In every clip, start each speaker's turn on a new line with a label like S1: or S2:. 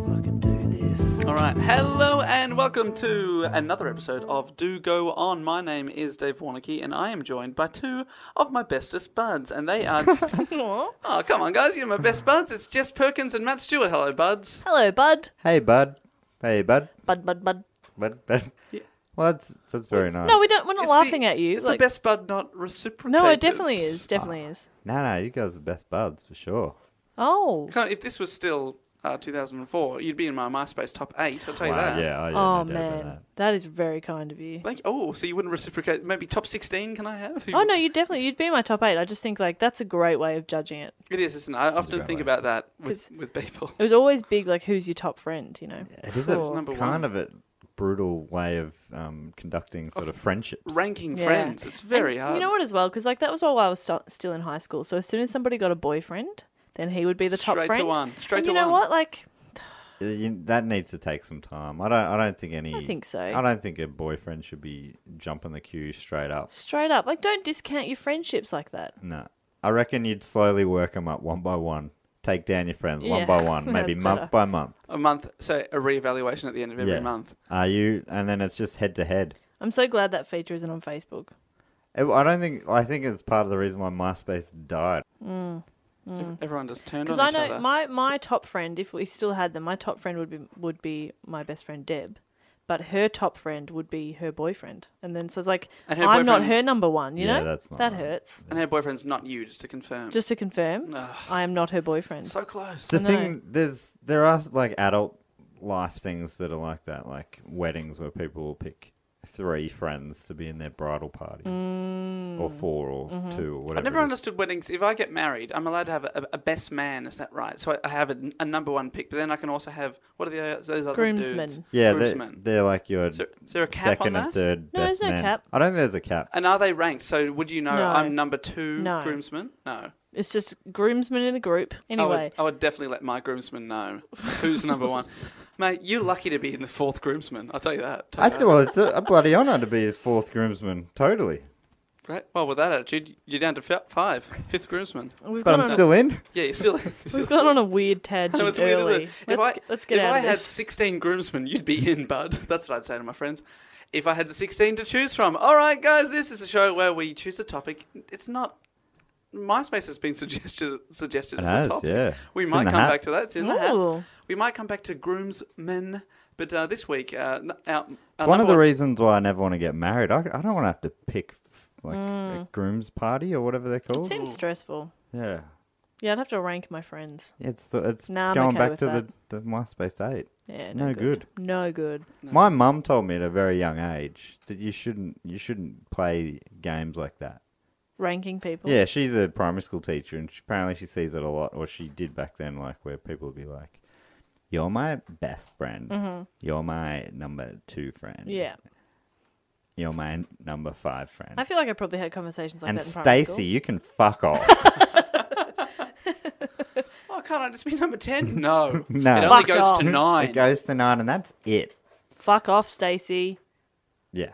S1: All right. Hello and welcome to another episode of Do Go On. My name is Dave Warnocky and I am joined by two of my bestest buds. And they are. oh, come on, guys. You're my best buds. It's Jess Perkins and Matt Stewart. Hello, buds.
S2: Hello, bud.
S3: Hey, bud. Hey, bud.
S2: Bud, bud, bud.
S3: Bud, bud. Well, that's, that's very nice.
S2: No, we don't, we're not
S1: Is
S2: laughing
S1: the-
S2: at you.
S1: Is
S2: Like-
S1: the best bud not reciprocated?
S2: no, it definitely is. Definitely is.
S3: No, no, you guys are best buds for sure.
S2: Oh.
S1: Can't- If this was still uh, 2004, you'd be in my MySpace top eight. I'll tell you that.
S3: yeah,
S2: Oh man, that is very kind of you.
S1: Thank oh, so you wouldn't reciprocate? Maybe top 16 can I have?
S2: Oh no, you definitely you'd be my top eight. I just think like that's a great way of judging it.
S1: It is, isn't it? I often think about that with, with people.
S2: It was always big like who's your top friend, you know.
S3: It is
S2: Sure.
S3: a
S1: Number
S3: kind
S1: one.
S3: of a brutal way of um, conducting sort of friendships.
S1: ranking
S2: Yeah.
S1: friends. It's very
S2: And
S1: hard.
S2: You know what as well? Because like that was while I was st- still in high school. So as soon as somebody got a boyfriend, then he would be the top
S1: Straight to
S2: friend.
S1: one. Straight
S2: and
S1: to
S2: you know
S1: one.
S2: what? Like
S3: Uh, you- that needs to take some time. I don't. I don't think any.
S2: think so.
S3: I don't think a boyfriend should be jumping the queue straight up.
S2: straight up, like don't discount your friendships like that.
S3: No, I reckon you'd slowly work them up one by one. Take down your friends
S2: Yeah.
S3: one by one, maybe
S2: That's
S3: month
S2: better.
S3: by month.
S1: A month, so a reevaluation at the end of every month.
S3: Are you? And then it's just head to head.
S2: I'm so glad that feature isn't on Facebook.
S3: I I don't think. I think it's part of the reason why MySpace died.
S1: Ev- Everyone just turned on
S2: Because Mm. I
S1: each
S2: know
S1: other.
S2: my my top friend, if we still had them, my top friend would be would be my best friend Deb, but her top friend would be her boyfriend, and then so it's like
S1: And her
S2: I'm not her
S1: boyfriend's-
S2: number one, you
S3: Yeah,
S2: know.
S3: that's not
S2: that
S3: right.
S2: hurts.
S1: and her boyfriend's not you, just to confirm.
S2: Just to confirm, I am not her boyfriend.
S1: so close.
S3: the
S2: know.
S3: thing there's there are like adult life things that are like that like weddings where people will pick three friends to be in their bridal party
S2: Mm.
S3: or four or
S2: Mm-hmm.
S3: two or whatever
S1: I never
S3: it is.
S1: understood weddings. If I get married, I'm allowed to have a, a best man. Is that right? So I, I have a, n- a number one pick, but then I can also have what are the others- those other dudes?
S2: Groomsmen.
S3: yeah they're,
S1: groomsmen.
S3: they're like your
S1: Is there- is there a cap on
S3: second and
S1: that?
S3: third
S2: No,
S3: best
S2: there's no
S3: man.
S2: cap.
S3: i don't think there's a cap
S1: And are they ranked? So would you know
S2: No.
S1: I'm number two
S2: No.
S1: groomsman? No.
S2: It's
S1: Oh,
S2: just groomsmen in a group. Anyway,
S1: I would, I would definitely let my groomsman know who's number one. Mate, you're lucky to be in the fourth groomsman. I'll tell you that.
S3: I th- well, it's a, a bloody honour to be a fourth groomsman. Totally.
S1: Right? Well, with that attitude, you're down to fi- five, fifth groomsman.
S2: We've
S3: But
S2: gone
S3: I'm
S2: on a-
S3: still in.
S1: Yeah, you're still. You're
S2: We've
S1: still
S2: gone on a weird tangent
S1: No, it's weird,
S2: early.
S1: isn't it? If
S2: Let's,
S1: I,
S2: g- let's get
S1: if
S2: out
S1: I
S2: of
S1: had
S2: this.
S1: 16 groomsmen, you'd be in, bud. That's what I'd say to my friends. If I had the 16 to choose from. All right, guys, this is a show where we choose a topic. It's not. MySpace has been suggested suggested
S3: It
S1: as
S3: has,
S1: a topic.
S3: yeah.
S1: We
S3: It's in
S1: might
S3: the
S1: come
S3: hat.
S1: back to that. It's in the hat.
S2: Ooh.
S1: We might come back to groomsmen, but uh, this week, uh, n- our, our
S3: It's one
S1: number
S3: of the reasons why I never want to get married. I, I don't want to have to pick like a groom's party or whatever they're
S2: Mm. It
S3: called.
S2: seems stressful.
S3: yeah,
S2: Yeah, I'd have to rank my friends.
S3: it's the, it's
S2: Nah, I'm
S3: going
S2: okay
S3: back
S2: with
S3: to
S2: that.
S3: the the MySpace eight.
S2: Yeah,
S3: No
S2: no,
S3: good.
S2: No good.
S3: My mum told me at a very young age that you shouldn't you shouldn't play games like that.
S2: Ranking people.
S3: Yeah, she's a primary school teacher, and she, apparently she sees it a lot, or she did back then, like where people would be like, "You're my best friend. You're my number two friend.
S2: Mm-hmm. Yeah.
S3: You're my number five friend."
S2: I feel like I probably had conversations like
S3: and
S2: that in primary
S3: Stacy,
S2: school.
S3: you can fuck off.
S1: Why Oh, can't I just be number 10? No.
S3: No.
S1: It only
S2: Fuck
S1: goes
S2: off.
S1: to
S2: It
S1: nine.
S3: It goes to nine, and that's it.
S2: Fuck off, Stacy.
S3: Yeah.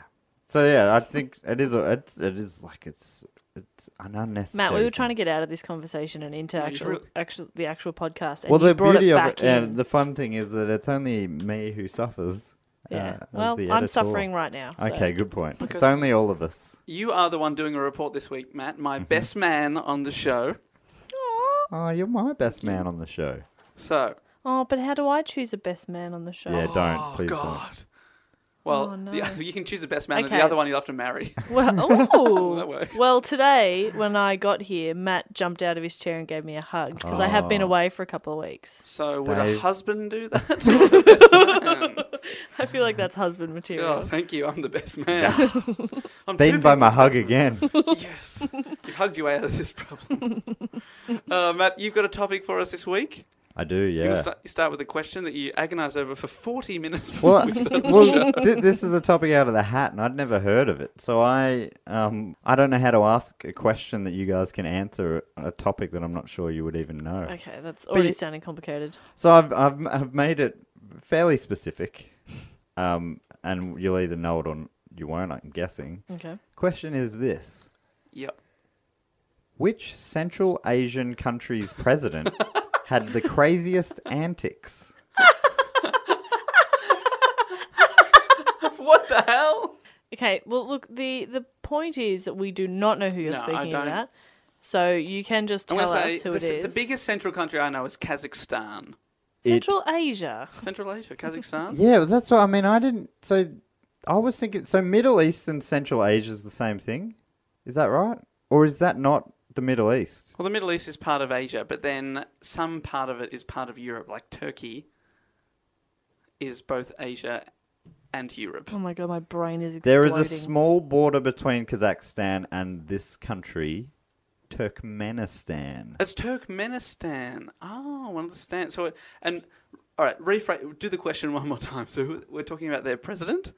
S3: So yeah, I think it is. A, it's, it is like it's it's an unnecessary.
S2: Matt, we were trying to get out of this conversation and into
S1: Yeah, you
S2: actual,
S1: really-
S2: actual, the actual podcast. And
S3: Well,
S2: you
S3: the
S2: brought
S3: beauty
S2: it
S3: of
S2: back
S3: it, and
S2: in.
S3: the fun thing is that it's only me who suffers.
S2: yeah.
S3: uh, as
S2: well,
S3: the
S2: I'm
S3: editor.
S2: suffering right now. so-
S3: Okay, good point. It's only all of us.
S1: You are the one doing a report this week, Matt. My
S3: Mm-hmm.
S1: best man on the show.
S3: Oh, you're my best man on the show.
S1: So,
S2: Oh, but how do I choose a best man on the show?
S3: Yeah, don't please.
S1: Oh, God. Well,
S2: Oh,
S1: the,
S2: no.
S1: you can choose the best man, and
S2: Okay.
S1: the other one you'll have to marry.
S2: Well, ooh.
S1: That works.
S2: well, today when I got here, Matt jumped out of his chair and gave me a hug because I have been
S3: Oh.
S2: away for a couple of weeks.
S1: So, would
S3: Dave.
S1: a husband do that? Or the best man?
S2: I feel like that's husband material.
S1: Oh, thank you. I'm the best man. I'm
S3: Beaten
S1: two
S3: by my
S1: people's
S3: hug
S1: best
S3: again.
S1: man. Yes. You've hugged your way out of this problem. uh, Matt, you've got a topic for us this week.
S3: I do,
S1: You're
S3: yeah.
S1: going to start, you start with a question that you agonised over for 40 minutes before
S3: Well,
S1: we started the show.
S3: well th- this is a topic out of the hat, and I'd never heard of it. So I, um, I don't know how to ask a question that you guys can answer a topic that I'm not sure you would even know.
S2: Okay, that's already
S3: you-
S2: sounding complicated.
S3: So I've, I've, I've made it fairly specific, um, and you'll either know it or n- you won't. I'm guessing.
S2: Okay.
S3: Question is this:
S1: Yep.
S3: Which Central Asian country's president had the craziest antics?
S1: What the hell?
S2: Okay. Well, look the the point is that we do not know who you're
S1: No, I
S2: speaking
S1: don't.
S2: about, so you can just
S1: I'm
S2: tell
S1: going to
S2: us
S1: say
S2: who
S1: the,
S2: it
S1: c-
S2: is.
S1: the biggest central country I know is Kazakhstan.
S2: Central Asia.
S1: Central Asia, Kazakhstan.
S3: Yeah, but that's what I mean. I didn't. So I was thinking. So Middle East and Central Asia is the same thing. Is that right? Or is that not the Middle East?
S1: Well, the Middle East is part of Asia, but then some part of it is part of Europe, like Turkey is both Asia and Europe.
S2: Oh my god, my brain is exploding.
S3: There is a small border between Kazakhstan and this country, Turkmenistan.
S1: It's Turkmenistan. Oh, one of the stands. So, it, and all right, rephrase. Do the question one more time. So we're talking about their president.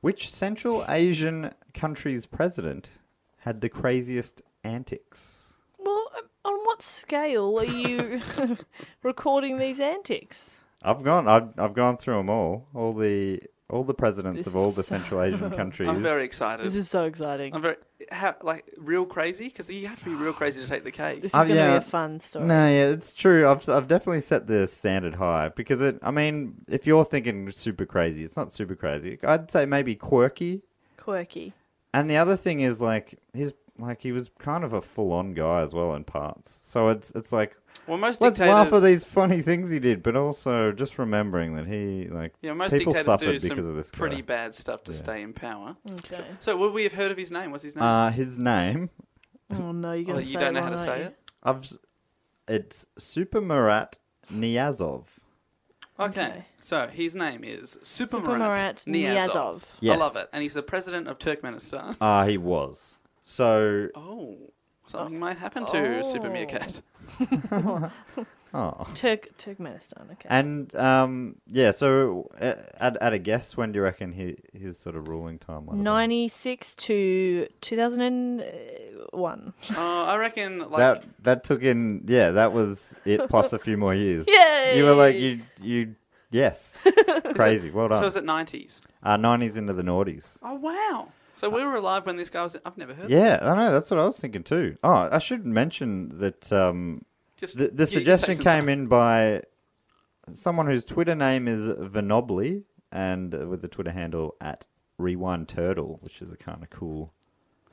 S3: Which Central Asian country's president had the craziest antics?
S2: Well, uh, on what scale are you recording these antics?
S3: I've gone. I've, I've gone through them all. All the all the presidents
S2: This
S3: of all
S2: is
S3: the
S2: so-
S3: Central Asian countries.
S1: I'm very
S2: This
S1: excited.
S2: is so exciting.
S1: I'm very how, like real crazy because you have to be real crazy to take the cake.
S2: This is
S3: Oh,
S2: going to
S3: yeah.
S2: be a fun story.
S3: No, yeah, it's true. I've I've definitely set the standard high because it. I mean, if you're thinking super crazy, it's not super crazy. I'd say maybe quirky.
S2: Quirky.
S3: And the other thing is like he's like he was kind of a full on guy as well in parts. So it's it's like
S1: Well, most
S3: let's
S1: dictators.
S3: laugh at these funny things he did, but also just remembering that he like
S1: Yeah, most
S3: people
S1: dictators
S3: suffered
S1: do
S3: because
S1: some
S3: of this guy.
S1: pretty bad stuff to stay in power.
S2: Okay.
S1: So would we have heard of his name? What's his name?
S3: Uh, his name
S2: Oh no, you're
S1: oh,
S2: going to say
S1: you don't
S2: it
S1: know how
S2: wrong,
S1: to
S2: aren't
S1: say
S2: you?
S1: it.
S3: I've s- it's Super Murat Niyazov.
S1: Okay.
S2: Okay.
S1: So his name is Super
S2: Supermurat
S1: Murat Niyazov.
S2: Niyazov.
S3: Yes.
S1: I love it. And he's the president of Turkmenistan.
S3: Ah, he was. So
S1: Oh, something might happen to
S2: Oh.
S1: Super Meerkat.
S2: Turk Turkmenistan. Okay.
S3: And um, yeah, so uh, at, at a guess, when do you reckon he, his sort of ruling time might have been?
S2: 96 to 2001.
S1: Oh, I reckon like
S3: That that took in yeah, that was it plus a few more years. You were like you you Yes. Crazy. Well
S1: So
S3: done.
S1: is it 90s?
S3: uh, 90s into the noughties.
S1: Oh, wow. So we were alive when this guy was. I've never heard of
S3: Yeah, I know. That's what I was thinking too. Oh, I should mention that um,
S1: Just-
S3: the,
S1: you- you
S3: the suggestion
S1: take some
S3: came
S1: time.
S3: in by someone whose Twitter name is Venobly and uh, with the Twitter handle at Rewind Turtle, which is a kind of cool.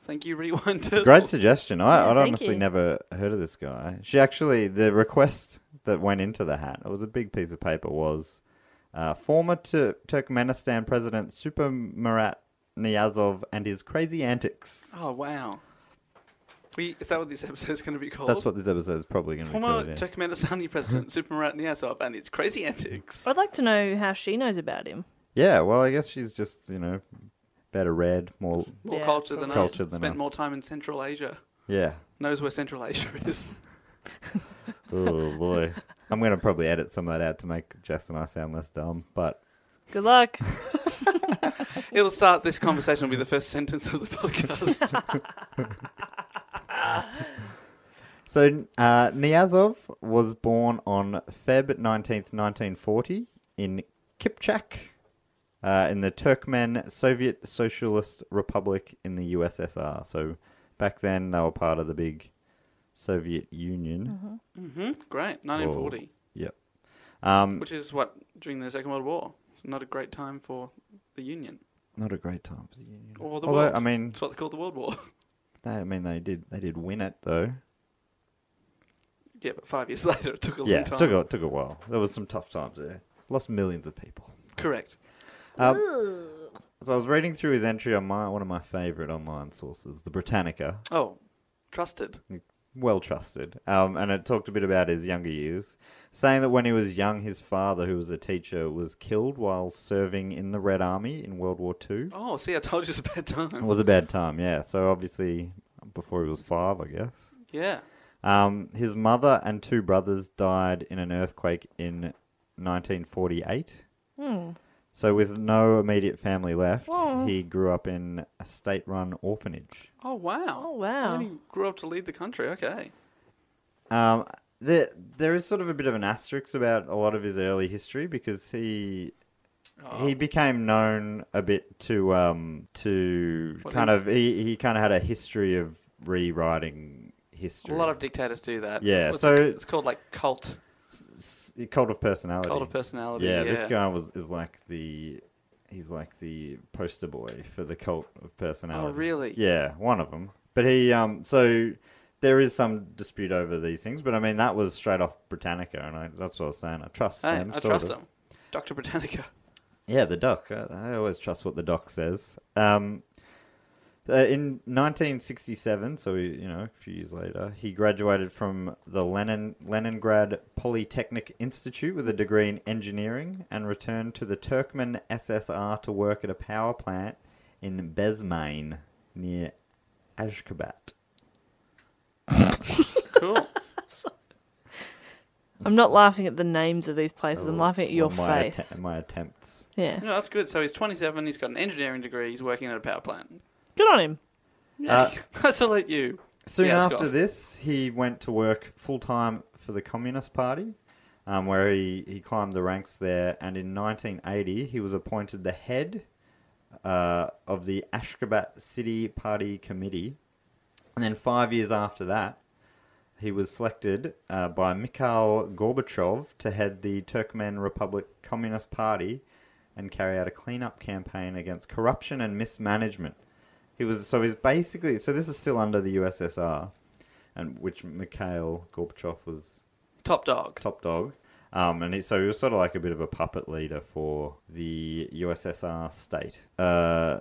S1: Thank you, Rewind
S3: It's a
S1: Turtle.
S3: great suggestion. I,
S4: Yeah,
S3: I'd
S4: thank
S3: honestly
S4: you.
S3: never heard of this guy. She actually, the request that went into the hat, it was a big piece of paper, was uh, former Tur- Turkmenistan President Super Murat Niyazov and his crazy antics.
S1: Oh, wow. We, is that what this episode's going to be called?
S3: That's what this episode is probably going to be
S1: Former
S3: called. yeah.
S1: Turkmenistan President Supermurat Niyazov and its crazy antics.
S4: I'd like to know how she knows about him.
S3: Yeah, well, I guess she's just you know better read, more
S1: More
S4: Yeah,
S1: culture than
S3: probably.
S1: us.
S3: Culture than
S1: Spent
S3: us.
S1: more time in Central Asia.
S3: yeah.
S1: Knows where Central Asia is.
S3: Oh boy, I'm going to probably edit some of that out to make Jess and I sound less dumb. But
S4: Good luck.
S1: It'll start this conversation will be the first sentence of the podcast.
S3: so uh, Niyazov was born on Feb 19th, 1940, in Kipchak, uh, in the Turkmen Soviet Socialist Republic in the USSR. So back then they were part of the big Soviet Union.
S1: hmm Great, 1940,
S3: Yep.
S1: Mm-hmm.
S3: Um,
S1: which is what during the Second World War. It's not a great time for the Union
S3: not a great time for the Union.
S1: or the
S3: Although,
S1: world.
S3: I mean,
S1: it's what they call the World War.
S3: They, I mean, they did. They did win it though.
S1: yeah, but five years later, it took a
S3: yeah,
S1: long time.
S3: took a took a while. There was some tough times there. Lost millions of people.
S1: Correct.
S3: Um, so I was reading through his entry on my one of my favourite online sources, the Britannica,
S1: Oh, trusted.
S3: well trusted, um, and it talked a bit about his younger years, saying that when he was young, his father, who was a teacher, was killed while serving in the Red Army in World War Two.
S1: Oh, see, I told you it's a bad
S3: It
S1: time.
S3: was a bad time, yeah. So obviously, before he was five, I guess.
S1: Yeah.
S3: Um, his mother and two brothers died in an earthquake in 1948. So, with no immediate family left, he grew up in a state run orphanage.
S1: Oh wow.
S4: Oh, wow.
S1: And then he grew up to lead the country. Okay.
S3: Um, there, there is sort of a bit of an asterisk about a lot of his early history because he.
S1: Oh.
S3: He became known a bit to um, to
S1: What,
S3: kind of he, he kind of had a history of rewriting
S1: A
S3: history.
S1: lot of dictators do that.
S3: Yeah,
S1: It's-
S3: so-
S1: it's called like cult,
S3: S- cult of personality.
S1: cult of personality.
S3: yeah, this guy was is like the he's like the poster boy for the cult of personality.
S1: Oh, really?
S3: Yeah, one of them. But he um so there is some dispute over these things, but I mean that was straight off Britannica, and I, that's what I was saying. I trust
S1: Hey,
S3: them.
S1: I
S3: sort
S1: trust
S3: of.
S1: him. Dr. Britannica.
S3: Yeah, the doc. I, I always trust what the doc says. Um, uh, in 1967, so he- you know, a few years later, he graduated from the Lenin Leningrad Polytechnic Institute with a degree in engineering and returned to the Turkmen SSR to work at a power plant in Bezmain near Ashgabat.
S1: Cool.
S4: I'm not laughing at the names of these places. I'm laughing at
S3: Or
S4: your
S3: Oh, my
S4: face.
S3: atte- my attempts.
S4: yeah.
S1: no, that's good. So he's 27. He's got an engineering degree. He's working at a power plant.
S4: Good on him.
S3: Uh,
S1: I salute you.
S3: Soon
S1: Yeah,
S3: after
S1: Scott.
S3: this, he went to work full time for the Communist Party, um, where he, he climbed the ranks there. And in 1980, he was appointed the head uh, of the Ashgabat City Party Committee. And then five years after that, he was selected uh, by Mikhail Gorbachev to head the Turkmen Republic Communist Party and carry out a cleanup campaign against corruption and mismanagement. He was so he's basically so this is still under the USSR, and which Mikhail Gorbachev was
S1: Top dog.
S3: top dog, um, and he, so he was sort of like a bit of a puppet leader for the USSR state. Uh,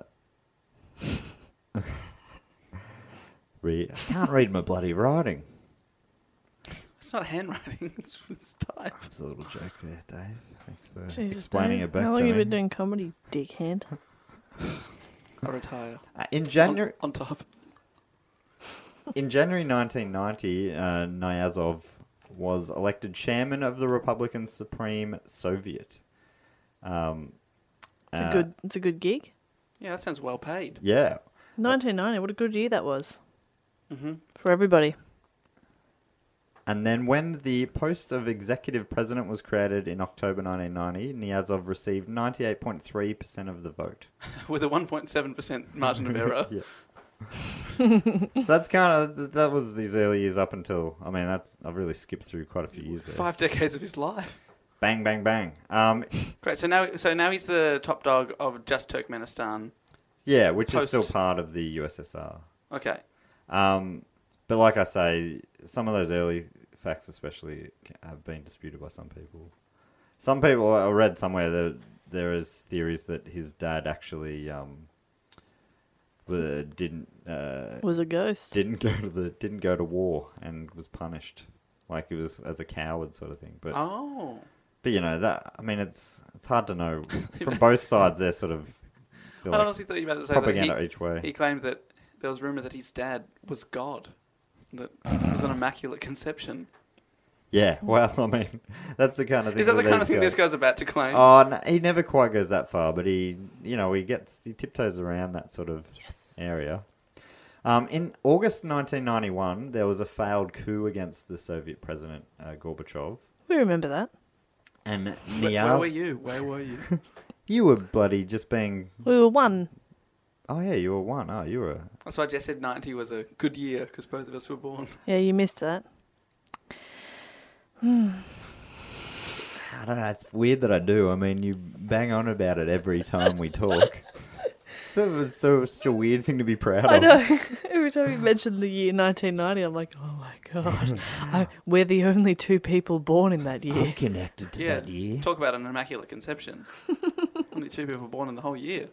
S3: re- I can't read my bloody writing.
S1: It's not handwriting. It's, it's type.
S3: It's a little joke there, Dave. Thanks for
S4: Jesus,
S3: explaining
S4: Dave.
S3: it back
S4: How long
S3: to
S4: have
S3: me.
S4: you been doing comedy, dickhead?
S1: I retire.
S3: Uh, in
S1: On,
S3: January,
S1: on top.
S3: In January 1990, uh, Niyazov was elected chairman of the Republican Supreme Soviet. Um,
S4: It's
S3: uh,
S4: a good. It's a good gig.
S1: Yeah, that sounds well paid.
S3: Yeah.
S4: 1990. What a good year that was. Mm-hmm. For everybody.
S3: And then, when the post of executive president was created in October 1990, Niazov received 98.3% of the vote.
S1: with a 1.7% margin of error.
S3: Yeah. So that's kind of that was these early years up until I mean that's I've really skipped through quite a few years there.
S1: Five decades of his life.
S3: Bang bang bang. Um,
S1: Great. So now, so now he's the top dog of just Turkmenistan.
S3: yeah, which is
S1: Post.
S3: still part of the USSR.
S1: Okay.
S3: Um, but like I say, some of those early facts, especially, ca- have been disputed by some people. Some people I read somewhere that there is theories that his dad actually um, wa- didn't uh,
S4: Was a ghost.
S3: didn't go to the didn't go to war and was punished, like he was as a coward sort of thing. But
S1: Oh.
S3: but you know that I mean it's it's hard to know from both sides. They're sort of feel
S1: I
S3: like
S1: honestly thought you were about to say
S3: propaganda
S1: that
S3: each way.
S1: he, he claimed that there was rumor that his dad was God, that he was an immaculate conception.
S3: Yeah, well, I mean, that's the kind of thing.
S1: Is that the kind of
S3: these
S1: thing
S3: guys-
S1: this guy's about to claim?
S3: Oh, no, he never quite goes that far, but he, you know, he gets he tiptoes around that sort of area. Um, in August 1991, there was a failed coup against the Soviet president uh, Gorbachev,
S4: We remember that.
S3: and
S1: Where, where were
S3: Niyav,
S1: you? Where were you?
S3: you were bloody just being.
S4: We were one.
S3: Oh yeah, you were one. Oh, you were.
S1: That's why Jess said 90 was a good year because both of us were born.
S4: Yeah, you missed that.
S3: I don't know. It's weird that I do. I mean, you bang on about it every time we talk. so it's so such a weird thing to be proud of.
S4: I know. Every time you mention the year 1990, I'm like, oh my god, I, we're the only two people born in that year.
S3: Connected to
S1: Yeah.
S3: that year.
S1: Talk about an immaculate conception. Only two people born in the whole year.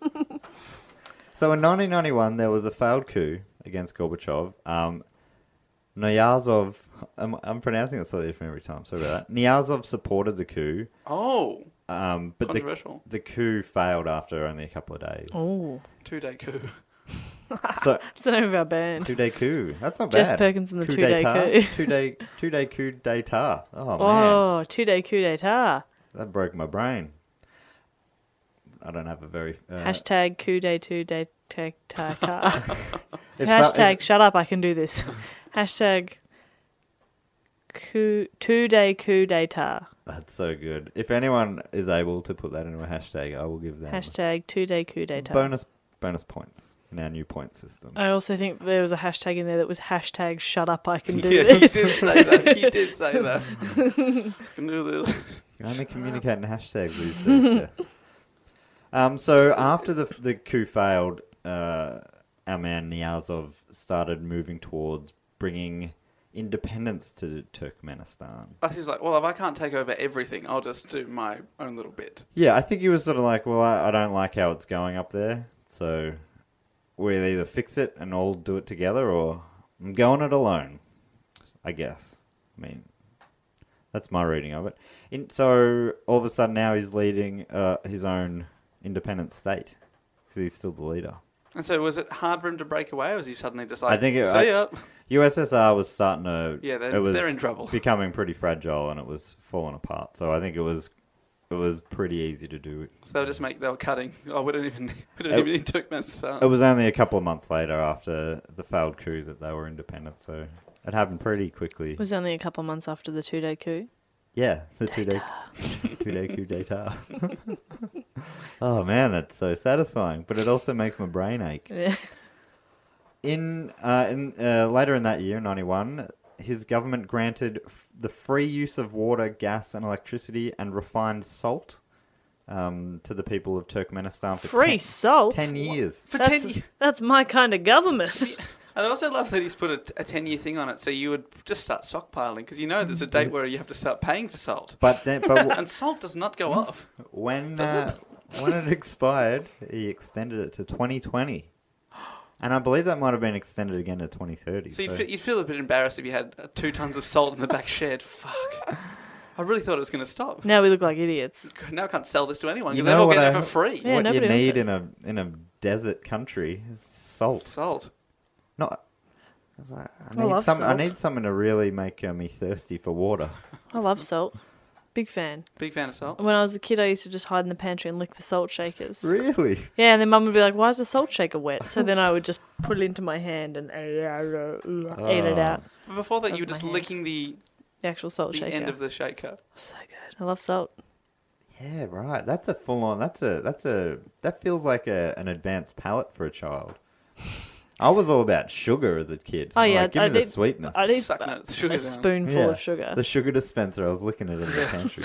S3: So in 1991, there was a failed coup against Gorbachev. Um, Niyazov, I'm, I'm pronouncing it slightly different every time. Sorry about that. Niyazov supported the coup,
S1: Oh,
S3: um, but the,
S1: controversial.
S3: the coup failed after only a couple of days.
S4: Oh,
S1: Two day coup.
S3: So
S4: it's the name of our band.
S3: two day coup. That's not
S4: Jess
S3: bad.
S4: Perkins and the
S3: Coup
S4: two-day
S3: d'etat?
S4: coup.
S3: two day two day coup d'état. Oh man,
S4: Oh, two day coup d'état.
S3: that broke my brain. I don't have a very uh,
S4: Hashtag coup day two day tech ta ta.
S3: if that-
S4: Hashtag
S3: if-
S4: shut up, I can do this. Hashtag coup, two day coup d'état.
S3: that's so good. If anyone is able to put that into a hashtag, I will give them
S4: Hashtag two day coup d'état.
S3: bonus bonus points in our new point system.
S2: Oh,
S4: I also think there was a hashtag in there that was hashtag shut up, I can do
S1: Yeah, he
S4: this.
S1: did say that. He did say that. Can do this.
S3: You can only communicate in hashtags these days. Jess. Um, so after the the coup failed, uh, our man Niazov started moving towards bringing independence to Turkmenistan.
S1: I was like, well, if I can't take over everything, I'll just do my own little bit.
S3: Yeah, I think he was sort of like, well, I, I don't like how it's going up there, so we'll either fix it and all do it together, or I'm going it alone. I guess. I mean, that's my reading of it. In, so all of a sudden now he's leading uh, his own independent state because he's still the leader.
S1: And so, was it hard for him to break away, or was he suddenly just
S3: I
S1: like,
S3: think it-
S1: see
S3: I-
S1: ya?
S3: USSR was starting to
S1: Yeah, they're-
S3: it was
S1: they're in trouble.
S3: becoming pretty fragile and it was falling apart. So I think it was it was pretty easy to do.
S1: So they were just make they were cutting. Oh, we don't even we don't
S3: It-
S1: even need Turkmenistan.
S3: It was only a couple of months later after the failed coup that they were independent, so it happened pretty quickly.
S4: It was only a couple of months after the two day coup.
S3: yeah, the two day two day coup d'état. oh man, that's so satisfying, but it also makes my brain ache.
S4: Yeah.
S3: In uh, in uh, later in that year, ninety one. His government granted f- the free use of water, gas, and electricity, and refined salt um, to the people of Turkmenistan for
S4: Free
S3: ten-
S4: salt.
S3: ten years.
S1: for
S4: That's,
S1: ten years.
S4: that's my kind of government.
S1: And I also love that he's put a, a ten-year thing on it, so you would just start stockpiling because you know there's
S3: Mm-hmm.
S1: a date where you have to start paying for salt,
S3: But then, but w-
S1: and salt does not
S3: Mm-hmm.
S1: go off.
S3: When uh, when it expired, he extended it to 2020, and I believe that might have been extended again to 2030.
S1: So you'd,
S3: so-
S1: fe- you'd feel a bit embarrassed if you had uh, two tons of salt in the back shed. Fuck. I really thought it was going to stop.
S4: now we look like idiots.
S1: Now I can't sell this to anyone
S3: You
S1: because they're
S3: know
S1: all
S3: what
S1: getting
S3: I-
S1: it for free.
S4: Yeah,
S3: what you
S4: nobody wants
S3: need
S4: it.
S3: in a in a desert country is salt.
S1: Salt.
S3: Not. I was like, I
S4: I
S3: need
S4: love
S3: some. I
S4: salt.
S3: need something to really make uh, me thirsty for water.
S4: I love salt. Big fan.
S1: Big fan of salt.
S4: When I was a kid, I used to just hide in the pantry and lick the salt shakers.
S3: Really?
S4: Yeah, and then mum would be like, "Why is the salt shaker wet?" So then I would just put it into my hand and uh, eat it out.
S3: Ah.
S1: But before that, you were just licking the
S4: The actual salt
S1: The
S4: shaker.
S1: end of the shaker.
S4: so good. I love salt.
S3: Yeah, right. That's a full on. That's a that's a that feels like a, an advanced palate for a child. I was all about sugar as a kid.
S4: Oh
S3: I'm
S4: yeah,
S3: like, give
S4: I
S3: me the
S4: did-
S3: sweetness.
S4: I did
S1: Sucking
S4: a,
S1: it, sugar
S4: a
S1: down.
S4: spoonful
S3: Yeah,
S4: of sugar.
S3: The sugar dispenser. I was looking at it in the pantry.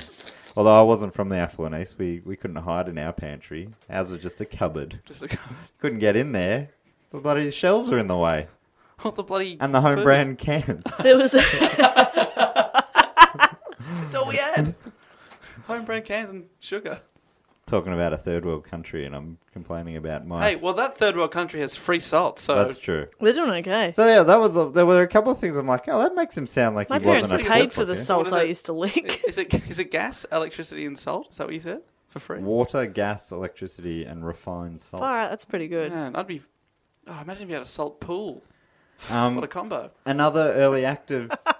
S3: Although I wasn't from the affluent east, we we couldn't hide in our pantry. Ours was just a cupboard.
S1: Just like,
S3: Couldn't get in there. The bloody shelves are in the way,
S1: all the bloody.
S3: and the home
S1: food.
S3: brand cans.
S4: There was a,
S1: That's all we had. home brand cans and sugar.
S3: Talking about a third world country, and I'm complaining about my.
S1: Hey, well, that third world country has free salt, so
S3: that's true.
S4: they're doing okay.
S3: So yeah, that was a, there were a couple of things. I'm like, oh, that makes him sound like
S4: My
S3: he
S4: parents
S3: wasn't
S1: pretty
S3: upset
S4: paid for the
S3: with you.
S4: salt
S1: What is
S4: I
S1: it?
S4: used to lick.
S1: is it is it gas, electricity, and salt? Is that what you said for free?
S3: Water, gas, electricity, and refined salt.
S4: All right, that's pretty good.
S1: Man, I'd be. Oh, imagine if you had a salt pool. What
S3: Um,
S1: a combo.
S3: another early active.
S4: Because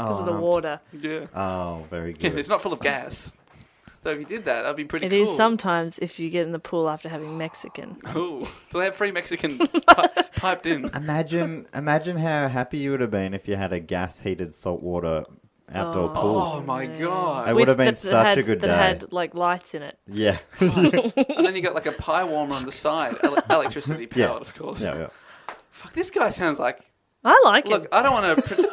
S3: Oh,
S4: of the
S3: I'm-
S4: water.
S1: Yeah.
S3: Oh, very
S1: Yeah,
S3: good.
S1: it's not full of gas. So if you did that, that'd be pretty
S4: It
S1: cool.
S4: is sometimes if you get in the pool after having Mexican.
S1: Cool. Do they have free Mexican pi- piped in?
S3: Imagine, imagine how happy you would have been if you had a gas-heated saltwater outdoor
S1: Oh
S3: pool.
S1: my god.
S3: It would have
S4: With-
S3: been
S4: that- that
S3: such
S4: had-
S3: a good
S4: that
S3: day.
S4: had like lights in it.
S3: Yeah.
S1: And then you got like a pie warmer on the side, ele- electricity powered,
S3: yeah.
S1: of course.
S3: Yeah, yeah.
S1: Fuck, this guy sounds like.
S4: I like
S1: Look,
S4: it.
S1: I don't want to. Pre-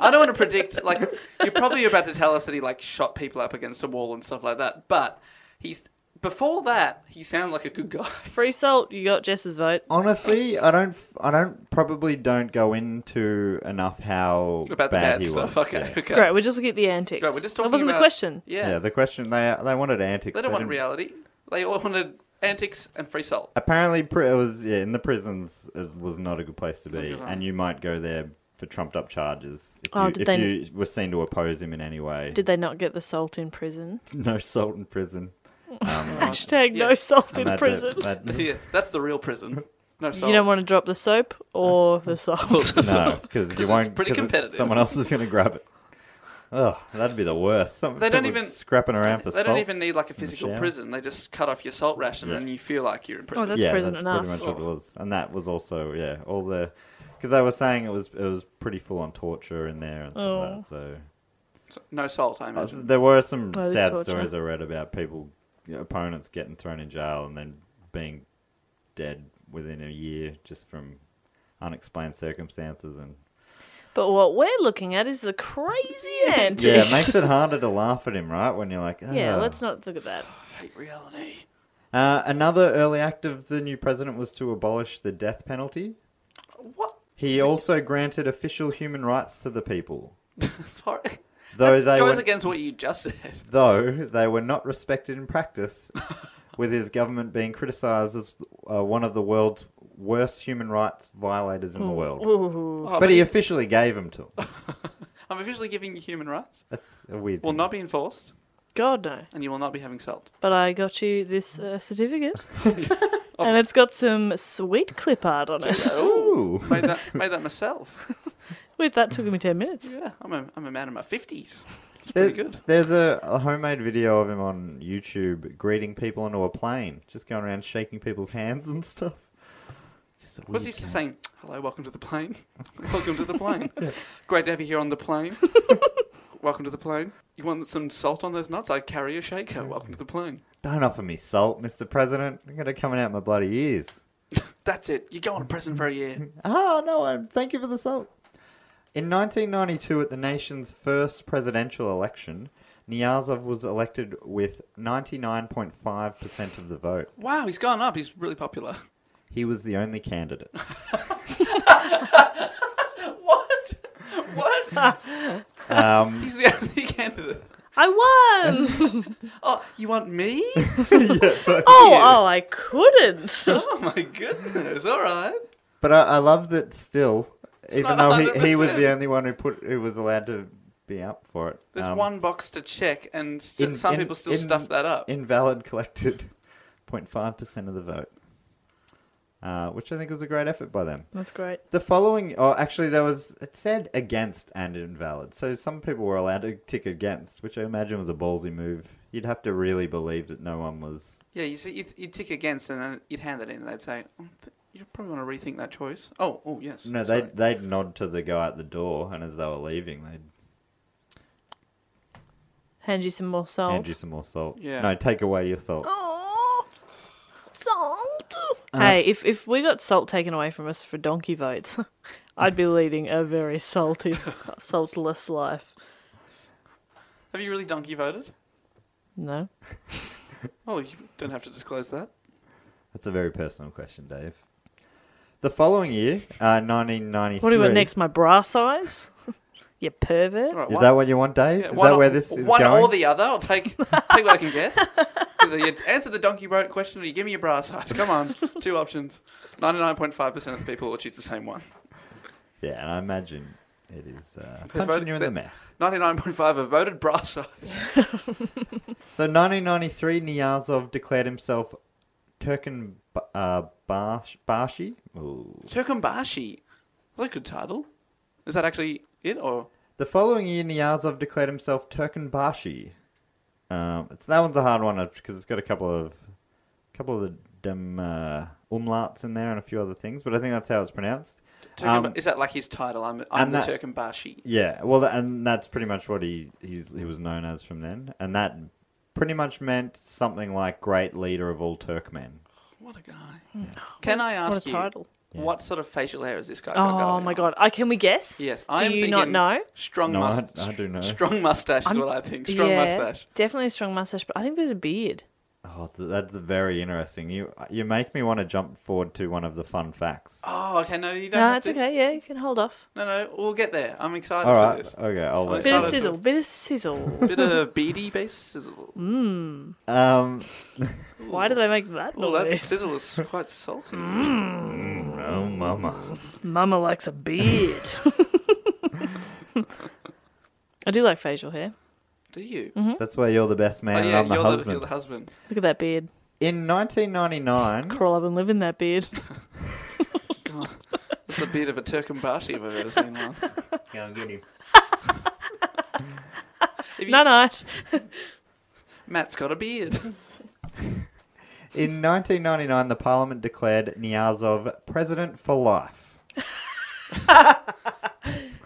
S1: I don't want to predict. Like, you're probably about to tell us that he like shot people up against a wall and stuff like that. But he's before that, he sounded like a good guy.
S4: Free salt, you got Jess's vote.
S1: Oh,
S3: Honestly, I don't, f- I don't probably don't go into enough how
S1: About the
S3: bad
S1: bad
S3: he
S1: stuff.
S3: was.
S1: Okay,
S3: Yeah.
S1: okay.
S4: Great, we're just looking at the antics.
S1: Great, we're just talking
S4: that wasn't
S1: about-
S4: the question.
S1: Yeah.
S3: Yeah, The question they they wanted antics.
S1: They don't want
S3: didn't-
S1: reality. They all wanted antics and free salt.
S3: Apparently, pri- it was yeah in the prisons. It was not a good place to be,
S1: good one.
S3: and you might go there for trumped up charges if,
S4: Oh,
S3: you,
S4: did
S3: if
S4: they-
S3: you were seen to oppose him in any way.
S4: Did they not get the salt in prison?
S3: no salt in prison.
S4: Hashtag
S1: Yeah.
S4: no salt
S3: And
S4: in
S3: that-
S4: prison.
S3: that- that-
S1: Yeah, that's the real prison. No salt.
S4: You don't want to drop the soap or the salt.
S3: no, because you
S1: it's
S3: won't.
S1: pretty
S3: 'cause it-
S1: competitive.
S3: Someone else is going to grab it. Oh, that'd be the worst. Some,
S1: They don't
S3: people
S1: even-
S3: scrapping around for
S1: they
S3: salt.
S1: don't even need like a physical
S3: shower.
S1: prison. They just cut off your salt ration
S3: Yeah.
S1: and you feel like you're in prison.
S4: Oh, that's-
S3: yeah,
S4: prison
S3: that's
S4: enough.
S3: pretty much what it was, and that was also yeah all the because they were saying it was it was pretty full on torture in there and stuff like
S4: Oh.
S3: that. So
S1: No salt, I
S3: Uh,
S1: imagine.
S3: There were some
S4: Oh, this
S3: sad
S4: torture.
S3: stories I read about people, opponents getting thrown in jail and then being dead within a year just from unexplained circumstances. And
S4: But what we're looking at is the crazy antics.
S3: yeah, it makes it harder to laugh at him, right? When you're like, oh.
S4: Yeah, let's not look at that.
S1: I hate reality.
S3: Uh, another early act of the new president was to abolish the death penalty.
S1: What?
S3: He also granted official human rights to the people,
S1: Sorry.
S3: though
S1: that
S3: they
S1: goes
S3: were,
S1: against what you just said.
S3: though they were not respected in practice, with his government being criticised as uh, one of the world's worst human rights violators in the world.
S4: Ooh.
S1: Oh,
S3: But he officially gave them to him.
S1: I'm officially giving you human rights.
S3: That's a weird.
S1: Will
S3: thing.
S1: not be enforced,
S4: God, no.
S1: and you will not be having salt.
S4: But I got you this uh, certificate. and it's got some sweet clip art on it.
S3: Ooh.
S1: Made that, made that myself.
S4: Wait, that took me 10 minutes.
S1: Yeah, I'm a, I'm a man in my 50s. It's
S3: There-
S1: pretty good.
S3: There's a, a homemade video of him on YouTube greeting people onto a plane, just going around shaking people's hands and stuff. Just a
S1: Was he
S3: weird
S1: just
S3: guy.
S1: saying, hello, welcome to the plane? welcome to the plane. Great to have you here on the plane. welcome to the plane. You want some salt on those nuts? I carry a shaker. Welcome to the plane.
S3: Don't offer me salt, Mr. President. I'm going to coming out my bloody ears.
S1: That's it. You go on a prison for a year.
S3: Oh, no, I, thank you for the salt. In 1992, at the nation's first presidential election, Niyazov was elected with 99.5% of the vote.
S1: Wow, he's gone up. He's really popular.
S3: He was the only candidate.
S1: What? What?
S3: Um,
S1: he's the only candidate.
S4: I won!
S1: Oh, you want me?
S4: oh, oh, I couldn't.
S1: Oh my goodness. All right.
S3: but I, I love that still, even
S1: not
S3: though he, he was
S1: 100%.
S3: the only one who put who was allowed to be up for it.
S1: There's
S3: um,
S1: one box to check, and st-
S3: in-
S1: some
S3: in-
S1: people still
S3: in-
S1: stuff that up.
S3: Invalid collected 0.5% of the vote, uh, which I think was a great effort by them.
S4: That's great.
S3: The following, oh, actually, there was it said against and invalid, so some people were allowed to tick against, which I imagine was a ballsy move. You'd have to really believe that no one was.
S1: yeah, you see, you'd, you'd tick against, and then you'd hand it in, and they'd say, "Oh, th- you probably want to rethink that choice. Oh, oh yes.
S3: No,
S1: sorry.
S3: they'd, they'd nod to the guy at the door, and as they were leaving, they'd
S2: Hand you some more salt.
S3: Hand you some more salt.
S1: Yeah.
S3: No, take away your salt.
S2: Oh, salt. hey, if if we got salt taken away from us for donkey votes, I'd be leading a very salty, saltless life.
S1: Have you really donkey voted?
S2: No,
S1: Oh, you don't have to disclose that.
S3: That's a very personal question, Dave. The following year, uh, 1993.
S2: what do you want next? My bra size. you pervert.
S1: All right,
S3: Is
S1: why-
S3: that what you want, Dave?
S1: yeah,
S3: is
S1: why
S3: that
S1: not-
S3: where this is
S1: one
S3: going?
S1: or the other? I'll take take what I can get. Either you answer the donkey boat question, or you give me your bra size. Come on, two options. Ninety-nine point five percent of the people will choose the same one.
S3: Yeah, and I imagine it is uh,
S1: voted-
S3: punching you in
S1: they-
S3: the mouth.
S1: Ninety-nine point five have voted bra size.
S3: So 1993, Niyazov declared himself Turkin uh, Bash- Bashi. Ooh.
S1: Turkumbashi. That's a good title. Is that actually it, or
S3: The following year, Niyazov declared himself Turkin Bashi. Um, it's that one's a hard one because it's got a couple of couple of the dem, uh, umlauts in there and a few other things, but I think that's how it's pronounced.
S1: Turkum-
S3: Um,
S1: is that like his title? I'm
S3: and
S1: I'm the
S3: that-
S1: Turkumbashi.
S3: Yeah, well, tha- and that's pretty much what he he's, he was known as from then, and that pretty much meant something like great leader of all Turkmen.
S1: What a guy. Can I ask
S2: Hmm. What a
S1: you
S2: title.
S1: what sort of facial hair is this guy? got
S2: Oh
S1: going
S2: my
S1: on?
S2: god! I can we guess?
S1: Yes,
S2: Do
S1: I am
S2: you not
S1: thinking
S2: know?
S1: Strong
S3: No, I-
S1: mustache.
S3: I do know.
S1: Strong mustache is
S2: I'm-
S1: what I think. Strong
S2: yeah,
S1: mustache.
S2: Definitely a strong mustache, but I think there's a beard.
S3: Oh, th- that's very interesting. You you make me want to jump forward to one of the fun facts.
S1: Oh, okay. No, you don't.
S2: No,
S1: have
S2: it's
S1: to.
S2: okay. Yeah, you can hold off.
S1: No, no, we'll get there. I'm excited
S3: All
S1: for
S3: right,
S1: this.
S3: okay, I'll wait.
S2: Bit of
S1: Solid.
S2: sizzle. Bit of sizzle.
S1: Bit of beady bass sizzle.
S3: Um,
S2: Why did I make that
S1: Oh, that
S2: noise?
S1: sizzle is quite salty.
S2: Mm.
S3: oh, mama.
S2: Mama likes a beard. I do like facial hair.
S1: Do you?
S3: That's why you're the best
S1: Oh,
S3: man. and
S1: yeah,
S3: I'm the
S1: you're,
S3: husband.
S1: The, you're the husband.
S2: Look at that beard.
S3: In 1999,
S2: Crawl up and live in that beard.
S1: That's the beard of a Turkumbashi if I've ever seen one. If you-
S2: no, no.
S1: Matt's got a beard.
S3: in 1999, the Parliament declared Niyazov president for life.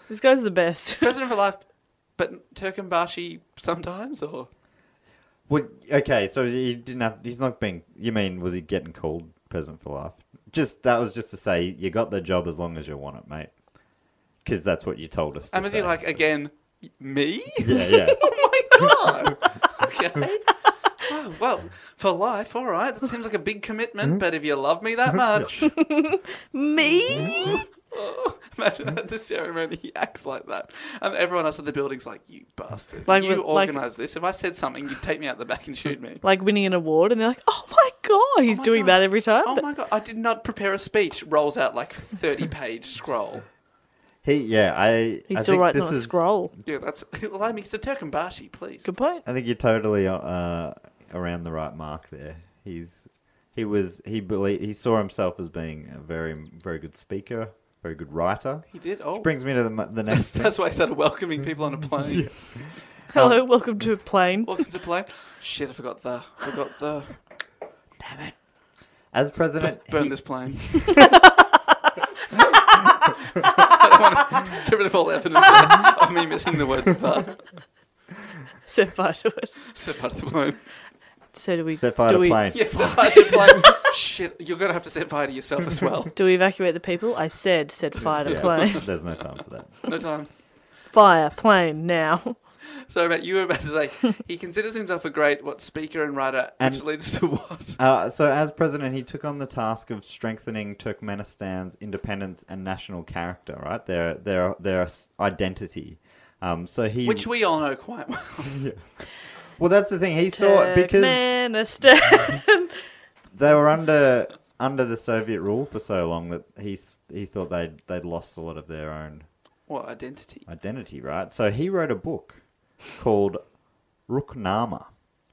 S2: This guy's the best.
S1: President for life, but Turkumbashi sometimes, or
S3: Well, okay, so he didn't have. He's not being. You mean was he getting called president for life? Just that was just to say you got the job as long as you want it, mate. Because that's what you told us. to
S1: and was Um, he
S3: say.
S1: like again? Me?
S3: Yeah, yeah.
S1: Oh my god! okay. Oh, well, for life, all right. That seems like a big
S2: Hmm?
S1: commitment, but if you love me that much,
S2: Me?
S1: Oh, imagine at the ceremony he acts like that, and everyone else in the building's like, "You bastard!
S2: Like
S1: you
S2: with- like-
S1: organised this. If I said something, you'd take me out the back and shoot me."
S2: Like winning an award, and they're like, oh my god, he's
S1: my
S2: doing
S1: God.
S2: that every time.
S1: Oh my god! I did not prepare a speech. Rolls out like thirty-page scroll.
S3: He, yeah, I.
S2: he
S3: I
S2: still
S3: think
S2: writes
S3: this
S2: on a
S3: is-
S2: scroll.
S1: Yeah, that's. Allow me, it's a Turkumbashi, please.
S2: Good point.
S3: I think you're totally uh, around the right mark there. He's he was he believe he saw himself as being a very very good speaker, very good writer.
S1: He did. Oh,
S3: Which brings me to the, m- the
S1: that's,
S3: next. thing.
S1: that's why I started welcoming people on a plane.
S2: Hello, welcome to a plane.
S1: Welcome to plane. Shit, I forgot the. Forgot the.
S3: As president,
S1: Burn
S3: he-
S1: this plane. I don't want to get rid of all evidence of me missing the word the.
S2: Set fire to it.
S1: So far to the plane.
S2: So do we?
S3: set fire
S2: do
S3: to
S2: we,
S3: plane.
S1: Yeah, set fire to the plane. Shit, you're going to have to set fire to yourself as well.
S2: Do we evacuate the people? I said set fire to
S3: Yeah,
S2: plane.
S3: There's no time for that.
S1: No time.
S2: Fire plane now.
S1: Sorry, Matt, you were about to say he considers himself a great, what, speaker and writer, which
S3: And-
S1: leads to what?
S3: Uh, so, as president, he took on the task of strengthening Turkmenistan's independence and national character, right? Their their their s- identity. Um, so he,
S1: Which we all know quite well.
S3: well, that's the thing. He saw it because
S2: Turkmenistan.
S3: they were under under the Soviet rule for so long that he s- he thought they'd they'd lost a lot of their own
S1: What, identity?
S3: identity, right? So he wrote a book called Ruknama,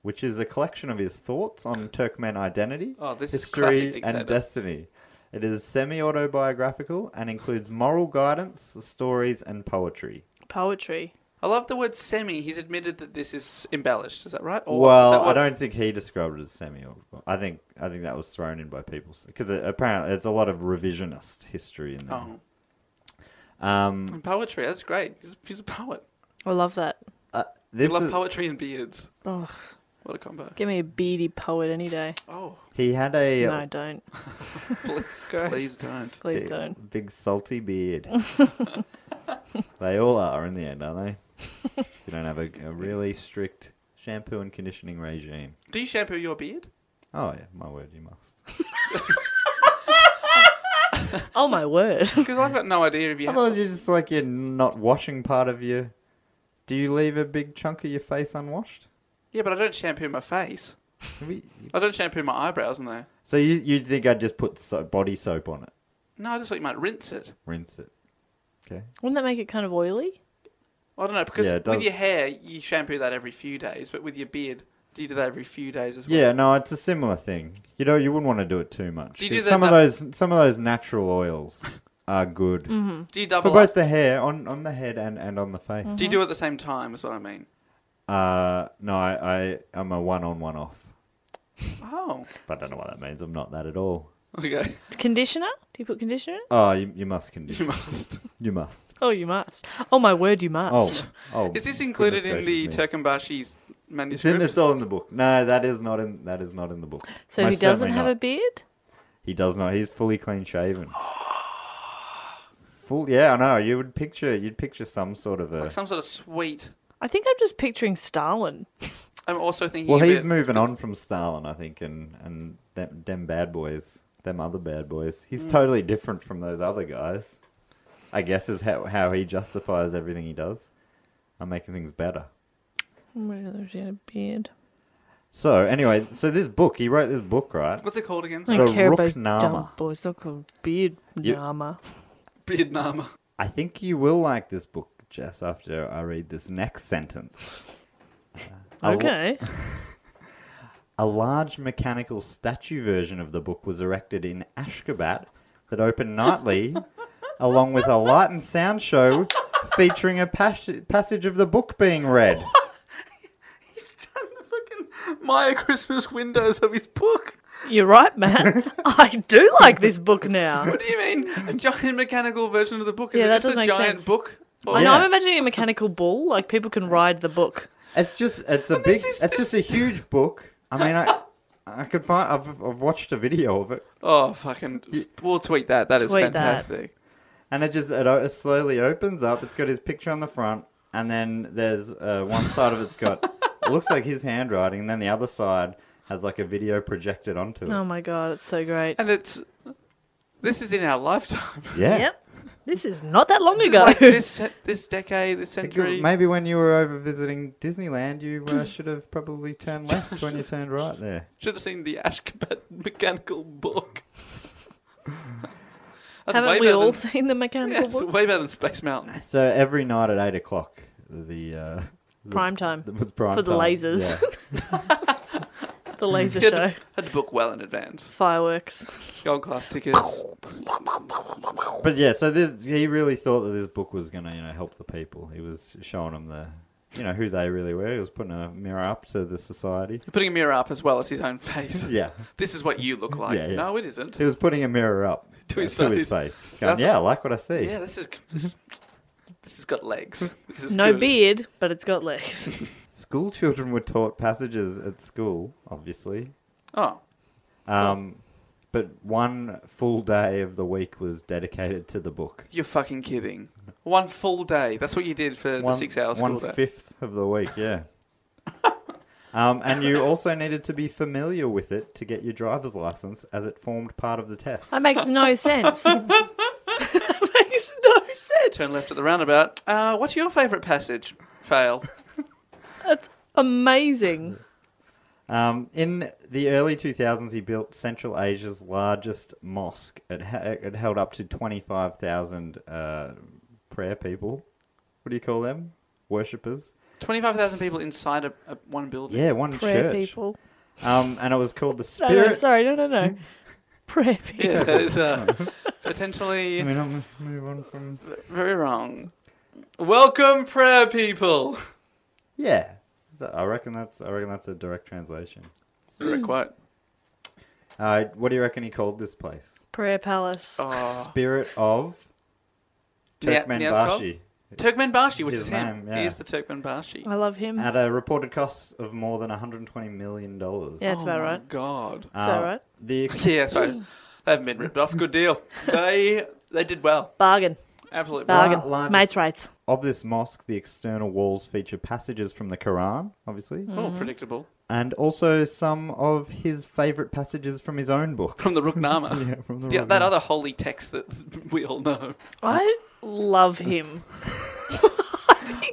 S3: which is a collection of his thoughts on Turkmen identity,
S1: Oh, this is
S3: history,
S1: classic dictator.
S3: and destiny. It is semi-autobiographical and includes moral guidance, stories, and poetry.
S2: Poetry.
S1: I love the word semi. He's admitted that this is embellished. Is that right? Or Oh, is that
S3: well, I
S1: what-
S3: don't think he described it as semi. I think I think that was thrown in by people because it, apparently there's a lot of revisionist history in there.
S1: Oh,
S3: Um,
S1: Mm, and poetry. That's great. He's, he's a poet.
S2: I love that.
S3: uh,
S1: We
S3: This
S1: love
S3: is-
S1: poetry and beards.
S2: Ugh.
S1: What a combo.
S2: Give me a beady poet any day.
S1: Oh,
S3: he had a
S2: No, don't. Gross.
S1: please don't.
S2: Please
S3: big,
S2: don't.
S3: big salty beard. they all are in the end, aren't they? If you don't have a, a really strict shampoo and conditioning regime.
S1: Do you shampoo your beard?
S3: Oh yeah, my word, you must.
S2: Oh my word.
S1: Because I've got no idea if you have.
S3: Otherwise, you're just like you're not washing part of your. Do you leave a big chunk of your face unwashed?
S1: Yeah, but I don't shampoo my face.
S3: We-
S1: I don't shampoo my eyebrows in there.
S3: So you you'd think I'd just put so, body soap on it,
S1: No, I just thought you might rinse it.
S3: rinse it. Okay.
S2: Wouldn't that make it kind of oily?
S1: I don't know because
S3: Yeah, it
S1: with
S3: does.
S1: your hair you shampoo that every few days, but with your beard, do you do that every few days as well?
S3: Yeah, no, it's a similar thing. You know, you wouldn't want to do it too much.
S1: Do you do
S3: 'cause
S1: the
S3: some of
S1: du-
S3: those some of those natural oils are good
S1: Do you
S3: for
S1: double
S3: both
S1: up?
S3: the hair on, on the head and, and on the face.
S1: Do you do it at the same time? Is what I mean.
S3: Uh, no, I, I I'm a one on one off.
S1: Oh,
S3: But I don't know what that means. I'm not that at all.
S1: okay.
S2: Conditioner? Do you put conditioner? in?
S3: Oh, you, you must
S1: You
S3: condition.
S1: must.
S3: You must.
S2: Oh, you must. Oh my word, you
S3: Oh,
S2: must.
S3: oh.
S1: Is this
S3: goodness
S1: included in the
S3: gracious me.
S1: Turkenbashi's
S3: It's in
S1: manuscript?
S3: it's all in the book. No, that is not in that is not in the book.
S2: So
S3: Most
S2: he doesn't
S3: certainly
S2: have
S3: not.
S2: a beard?
S3: He does not. He's fully clean shaven. Full. Yeah, I know. You would picture. You'd picture some sort of a.
S1: like some sort of sweet.
S2: I think I'm just picturing Stalin.
S1: I'm also thinking.
S3: Well,
S1: a
S3: he's
S1: bit-
S3: moving on from Stalin, I think, and and them, them bad boys, them other bad boys. He's totally different from those other guys. I guess is how how he justifies everything he does. I'm making things better.
S2: I'm whether Oh, he had a beard.
S3: So anyway, so this book he wrote this book, right?
S1: What's it called again?
S2: I
S1: Sorry.
S2: don't
S3: The
S2: care about
S3: Rooknama.
S2: dumb boys. They're called beard
S3: Yep.
S2: nama.
S1: Beard Nama.
S3: I think you will like this book, Jess. After I read this next sentence. Uh, a-
S2: Okay.
S3: A large mechanical statue version of the book was erected in Ashgabat that opened nightly, along with a light and sound show featuring a pas- passage of the book being read.
S1: He's done the fucking Maya Christmas windows of his book.
S2: You're right, Matt. I do like this book now.
S1: What do you mean? A giant mechanical version of the book? Is
S2: Yeah,
S1: it
S2: that
S1: just
S2: does
S1: a
S2: make
S1: giant
S2: sense.
S1: book? Or-
S2: I know,
S3: Yeah.
S2: I'm imagining a mechanical bull, like people can ride the book.
S3: It's just, it's a big,
S1: this is-
S3: it's just a huge book. I mean, I, I could find, I've, I've watched a video of it,
S1: Oh, fucking. We'll tweet that. That is
S2: Tweet that.
S1: fantastic.
S3: and it just, it, o- it slowly opens up. It's got his picture on the front, and then there's uh, one side of it's got, it looks like his handwriting, and then the other side has like a video projected onto it.
S2: Oh my god, it's so great.
S1: And it's. This is in our lifetime.
S3: yeah.
S2: Yep. This is not that long
S1: This is
S2: ago.
S1: like this, cen- this decade, this
S3: Like, you-
S1: century.
S3: Maybe when you were over visiting Disneyland, you uh, should have probably turned left when you turned right there.
S1: Should have seen the Ashgabat mechanical book. That's way
S2: Haven't we
S1: better
S2: all
S1: than,
S2: seen the
S1: yeah,
S2: mechanical
S1: it's
S2: book?
S1: way better than Space Mountain.
S3: So every night at eight o'clock, the uh, the-
S2: Prime time.
S3: It was prime
S2: For the
S3: time.
S2: lasers.
S3: Yeah.
S2: The laser
S1: Had to-
S2: show.
S1: Had to book well in advance.
S2: Fireworks.
S1: Gold class tickets.
S3: But yeah, so this, he really thought that this book was gonna, you know, help the people. He was showing them the, you know, who they really were. He was putting a mirror up to the society.
S1: Putting a mirror up as well as his own face.
S3: Yeah,
S1: This is what you look like.
S3: Yeah, yeah.
S1: No, it isn't.
S3: he was putting a mirror up uh,
S1: To his
S3: to his
S1: face.
S3: face. Going,
S1: That's-
S3: yeah, I like what I see.
S1: Yeah, this is this, is- this has got legs. This is
S2: No
S1: good.
S2: beard, but it's got legs.
S3: School children were taught passages at school, obviously.
S1: Oh,
S3: Um, but one full day of the week was dedicated to the book.
S1: you're fucking kidding. One full day. That's what you did for
S3: One-
S1: the six hour school
S3: one
S1: day.
S3: fifth of the week, yeah. um, and you also needed to be familiar with it to get your driver's license, as it formed part of the test.
S2: That makes no sense. that makes no sense.
S1: Turn left at the roundabout. Uh, what's your favourite passage? Fail.
S2: That's amazing.
S3: Um, in the early 2000s, he built Central Asia's largest mosque. It, ha- it held up to 25,000 uh, prayer people. What do you call them? Worshippers?
S1: Twenty-five thousand people inside a, a one building.
S3: Yeah, one
S2: Prayer
S3: church.
S2: people.
S3: Um, and it was called the
S2: No,
S3: Spirit.
S2: no, sorry, no, no, no. Prayer people.
S1: Hmm? Yeah, that is uh, potentially
S3: mean, I'm move on from.
S1: very wrong. Welcome, prayer people.
S3: Yeah, So I reckon that's I reckon that's a direct translation.
S1: Direct quote.
S3: Uh, what do you reckon he called this place?
S2: Prayer palace.
S1: Oh,
S3: Spirit of
S1: Nya- Nyaskov?
S3: Turkmenbashi.
S1: Turkmenbashi, which
S3: His
S1: is him.
S3: name, yeah.
S1: He is the Turkmenbashi.
S2: I love him.
S3: at a reported cost of more than 120 million dollars.
S2: Yeah, it's
S1: oh
S2: about
S1: my
S2: right.
S1: God.
S3: Is
S2: that right?
S3: The
S1: Yeah, sorry. They've been ripped off. Good deal. They they did well.
S2: Bargain.
S1: Absolutely. well.
S2: Bargain.
S3: largest-
S2: Mates' rights.
S3: of this mosque, the external walls feature passages from the Quran, obviously,
S2: Hmm.
S1: Oh, predictable.
S3: and also some of his favorite passages from his own book.
S1: From the Ruknama.
S3: yeah, from the
S1: The-
S3: Quran.
S1: that other holy text that we all know.
S2: I love him.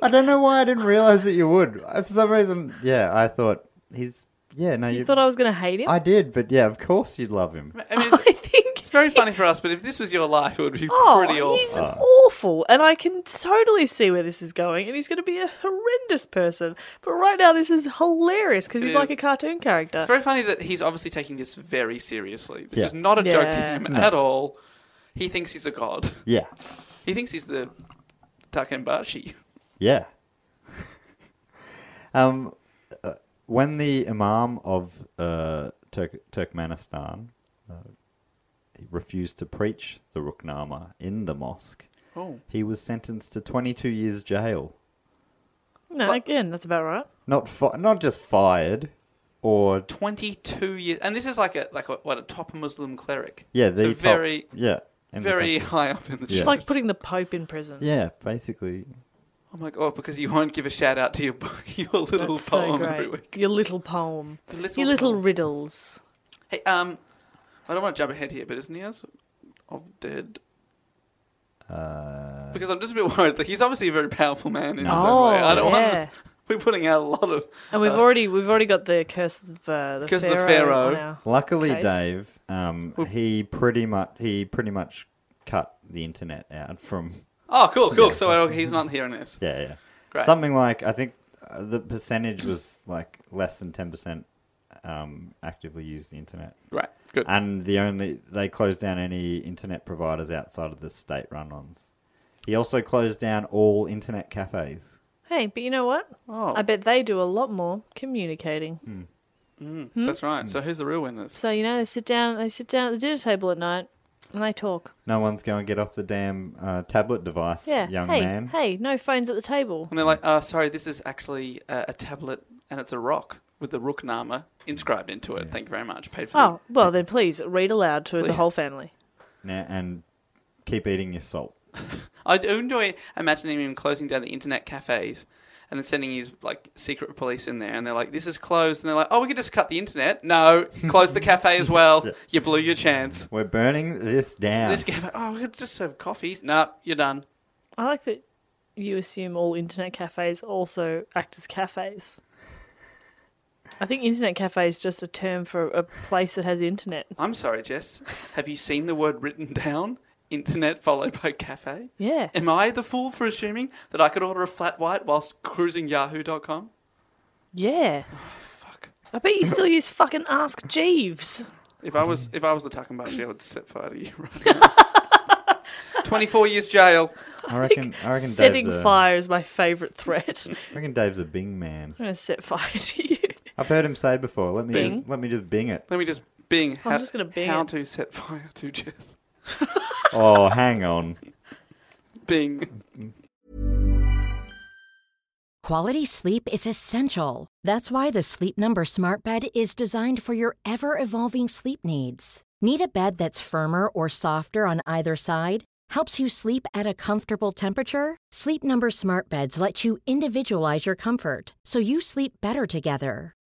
S3: I don't know why I didn't realize that you would. I- For some reason, yeah, I thought he's yeah, no, you,
S2: You thought I was going to hate him?
S3: I did, but yeah, of course you'd love him.
S1: I mean, it's,
S2: I think
S1: it's very funny for us, but if this was your life, it would be
S2: Oh,
S1: pretty awful.
S2: he's
S3: Ah.
S2: awful, and I can totally see where this is going, and he's going to be a horrendous person. But right now, this is hilarious because
S1: It
S2: he's like
S1: is.
S2: a cartoon character.
S1: It's very funny that he's obviously taking this very seriously. This
S3: Yeah.
S1: is not a joke to
S2: Yeah.
S1: him at all. He thinks he's a god.
S3: Yeah,
S1: He thinks he's the Takembashi.
S3: yeah. um, uh, when the Imam of uh, Turk- Turkmenistan uh, he refused to preach the Ruknama in the mosque,
S1: Oh.
S3: he was sentenced to 22 years jail.
S2: no, again, that's about right.
S3: Not fi- not just fired, or
S1: 22 years. And this is like a, like a, what, a top Muslim cleric.
S3: yeah, the
S1: so
S3: top-
S1: very,
S3: yeah, in the
S1: very
S3: country.
S1: high up in
S3: Yeah.
S1: the
S2: It's
S1: church.
S2: like putting the Pope in prison.
S3: yeah, basically
S1: Oh my god, because you won't give a shout out to your, your
S2: That's
S1: little
S2: so
S1: poem
S2: great.
S1: every week.
S2: Your little poem.
S1: Little
S2: Your little
S1: poem.
S2: riddles.
S1: Hey, um, I don't want to jump ahead here, but is Nias of dead?
S3: uh,
S1: Because I'm just a bit worried. Like he's obviously a very powerful man in his
S2: Oh,
S1: own way. I don't
S2: yeah.
S1: want. We're putting out a lot of.
S2: And we've
S1: Uh,
S2: already we've already got the curse of uh, the
S1: Curse of the
S2: pharaoh. on
S1: Pharaoh.
S2: our-
S3: Luckily,
S2: case.
S3: Dave, um, he pretty much he pretty much cut the internet out from
S1: Oh, cool, cool. So uh, he's not hearing this.
S3: yeah yeah
S1: Great.
S3: something like I think uh, the percentage was like less than ten percent um, actively use the internet,
S1: Right. Good.
S3: and the only they closed down any internet providers outside of the state-run ones. He also closed down all internet cafes.
S2: Hey, but you know what?
S1: Oh, Hmm.
S2: I bet they do a lot more communicating.
S1: that's right. So who's the real winners?
S2: So you know they sit down they sit down at the dinner table at night and they talk.
S3: No one's going to get off the damn uh, tablet device,
S2: Yeah.
S3: young
S2: hey,
S3: man.
S2: hey, no phones at the table.
S1: And they're like, "Oh, sorry, this is actually uh, a, a tablet, and it's a rock with the Rook Nama inscribed into it. Thank you very much. Paid for
S2: Oh, well, then please read aloud to the whole family.
S3: Now, and keep eating your salt.
S1: I do enjoy imagining him closing down the internet cafes and then sending his like secret police in there and they're like, This is closed and they're like, Oh, we could just cut the internet. No, close the cafe as well. You blew your chance.
S3: We're burning this down.
S1: This cafe Oh, we could just serve coffees. No, you're done.
S2: I like that you assume all internet cafes also act as cafes. I think internet cafe is just a term for a place that has internet.
S1: I'm sorry, Jess. Have you seen the word written down? Internet followed by cafe?
S2: Yeah.
S1: Am I the fool for assuming that I could order a flat white whilst cruising yahoo.com?
S2: Yeah.
S3: Oh,
S1: Fuck.
S2: I bet you still use fucking Ask Jeeves.
S1: If I was if I was the Takambashi, I would set fire to you right now. Twenty four years jail.
S3: I reckon. I reckon
S2: Setting
S3: Dave's
S2: fire is my favourite threat. I'm
S3: A, I reckon Dave's a Bing man.
S2: going to set fire to you.
S3: I've heard him say before. Let me
S2: Bing?
S3: Just, let me just Bing it.
S1: Let me just Bing.
S2: I'm
S1: how-
S2: just gonna Bing
S1: how
S2: it.
S1: to set fire to Jess.
S3: Oh, hang on.
S1: Bing.
S5: Quality sleep is essential. That's why the Sleep Number Smart Bed is designed for your ever evolving sleep needs. Need a bed that's firmer or softer on either side? Helps you sleep at a comfortable temperature? Sleep Number Smart Beds let you individualize your comfort so you sleep better together.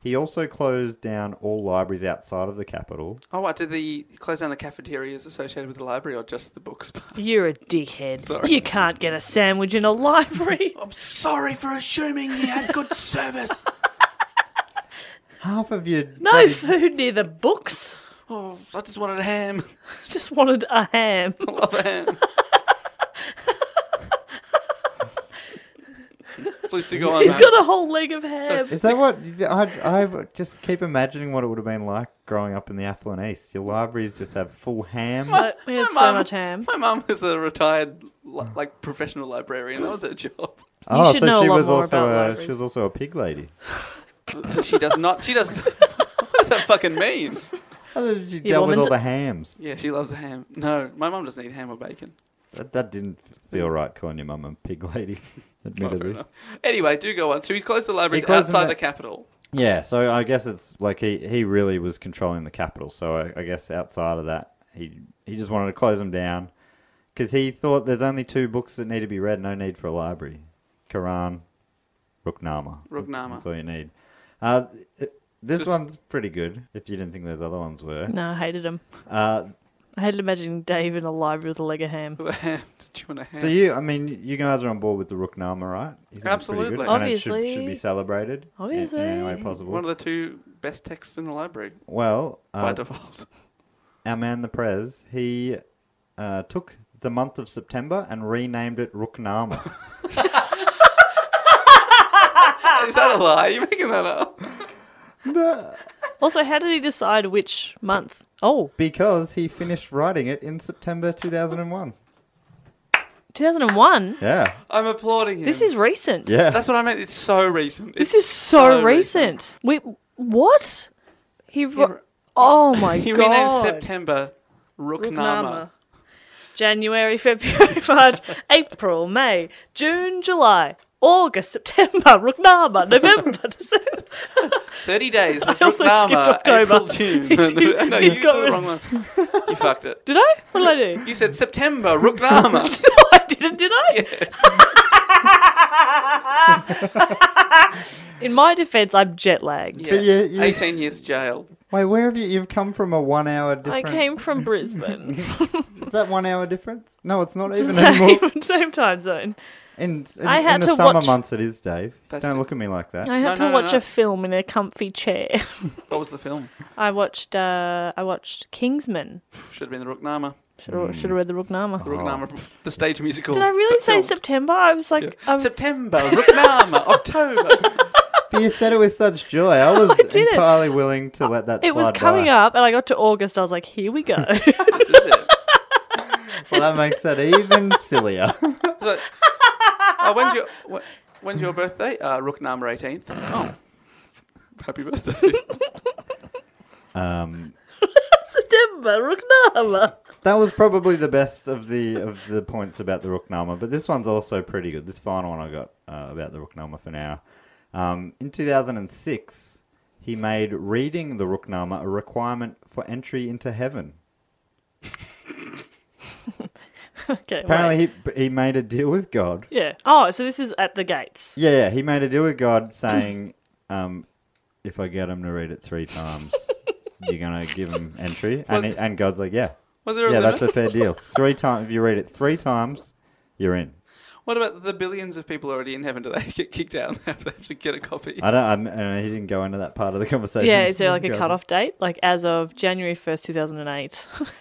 S3: He also closed down all libraries outside of the capital.
S1: Oh, what? Did the close down the cafeterias associated with the library or just the books?
S2: You're a dickhead.
S1: Sorry. Oh,
S2: You can't get a sandwich in a library.
S1: I'm sorry for assuming you had good service.
S3: Half of your
S2: No food near the books.
S1: Oh, I just wanted a ham.
S2: Just wanted a ham.
S1: I love a ham. Please do go on.
S2: He's
S1: mate.
S2: got a whole leg of ham.
S3: Is that what I, I just keep imagining what it would have been like growing up in the affluent east? Your libraries just have full ham.
S2: But we had
S1: My
S2: so
S1: mum-
S2: much ham.
S1: My mum was a retired, li- like, professional librarian. That was her job.
S3: oh,
S2: should
S3: so
S2: know a
S3: she
S2: lot
S3: was
S2: more
S3: also
S2: about
S3: a, she
S2: libraries.
S3: was also a pig lady.
S1: She does not. She does. What does that fucking mean?
S3: Oh, She dealt with
S2: woman's-
S3: all the hams.
S1: Yeah, she loves a ham. No, my mum doesn't eat ham or bacon.
S3: That, that didn't feel right calling your mum a pig lady.
S1: Oh, fair
S3: Admittedly.
S1: enough. Anyway, do go on. So he closed the libraries
S3: He closed them
S1: outside the
S3: there.
S1: capital.
S3: yeah, so I guess it's like he, he really was controlling the capital. So I, I guess outside of that, he he just wanted to close them down because he thought there's only two books that need to be read, no need for a library. Quran, Ruknama.
S1: Ruknama.
S3: That's all you need. Uh, it- this
S1: Just-
S3: one's pretty good. If you didn't think those other ones were,
S2: No, I hated him.
S3: uh,
S2: I hated imagining Dave in a library with a leg of ham.
S1: The ham. Did you want a ham?
S3: so you, I mean, you guys are on board with the Ruknama, right? You think it's pretty good? Oh.
S1: Absolutely.
S3: and it should,
S2: Obviously.
S3: should be celebrated in- in, any way
S2: Obviously.
S3: possible.
S1: One of the two best texts in the library
S3: well,
S1: by
S3: uh,
S1: default.
S3: our man the Prez, he uh, took the month of September and renamed it Ruknama.
S1: Is that a lie? You're making that up.
S2: Also, how did he decide which month? Oh,
S3: because he finished writing it in September 2001.
S2: 2001?
S3: Yeah,
S1: I'm applauding him.
S2: This is recent.
S3: yeah.
S1: That's what I meant. It's so recent.
S2: This
S1: It's
S2: is so, recent. We what? He, ro-
S1: re-
S2: Oh my
S1: He
S2: god.
S1: renamed September Ruknama.
S2: Ruknama. January, February, March, April, May, June, July, August, September, Ruknama, November, December.
S1: 30 days. That's
S2: I also
S1: Ruknama.
S2: skipped October.
S1: April, June.
S2: He's-
S1: no,
S2: he's
S1: you
S2: got
S1: got the
S2: rid-
S1: wrong one. You fucked it.
S2: Did I? What did I do?
S1: You said September Ruknama.
S2: No, I didn't, did I? In my defense, I'm jet lagged.
S1: Yeah.
S3: you- you-
S1: 18 years jail.
S3: Wait, where have you? You've come from a one-hour
S2: I
S3: difference.
S2: came from Brisbane.
S3: Is that one-hour difference? No, it's not even anymore.
S2: same, same time zone.
S3: In, in,
S2: I had
S3: in the
S2: to
S3: summer
S2: watch-
S3: months, it is, Dave.
S1: That's
S3: Don't
S1: it.
S3: look at me like that.
S2: I had
S1: No,
S2: to
S1: no, no,
S2: watch
S1: no.
S2: a film in a comfy chair.
S1: What was the film?
S2: I watched uh, I watched Kingsman.
S1: Should have been the Ruknama.
S2: Should have should have read the Ruknama.
S1: The Ruknama, the stage musical.
S2: Did I really
S1: but
S2: say
S1: filmed.
S2: September? I was like,
S1: Yeah.
S2: um,
S1: September, Ruknama, October.
S3: But you said it with such joy. I was
S2: didn't.
S3: entirely willing to let that.
S2: it was
S3: slide
S2: coming
S3: by.
S2: up, and I got to August. I was like, here we go.
S1: This is it.
S3: Well, that makes that even sillier.
S1: It's like, oh, when's your wh- when's your birthday? Uh, Ruknama eighteenth. Oh, happy birthday!
S3: Um,
S2: September Ruknama.
S3: that was probably the best of the of the points about the Rooknama, but this one's also pretty good. This final one I got uh, about the Rooknama for now. Um, in 2006, he made reading the Rooknama a requirement for entry into heaven.
S2: Okay. wait.
S3: Apparently, he he made a deal with God.
S2: Yeah. Oh, so this is at the gates.
S3: Yeah, yeah, he made a deal with God, saying, um, "If I get him to read it three times, you're gonna give him entry." And, he, and God's like, "Yeah,
S1: Was there a
S3: yeah,
S1: limit?
S3: that's a fair deal. Three times, if you read it three times, you're in."
S1: what about the billions of people already in heaven? Do they get kicked out? They have to- have to get a copy.
S3: I don't. I'm, uh, he didn't go into that part of the conversation.
S2: Yeah. Is there like a
S3: Go.
S2: cutoff date? Like as of January first, two thousand and eight,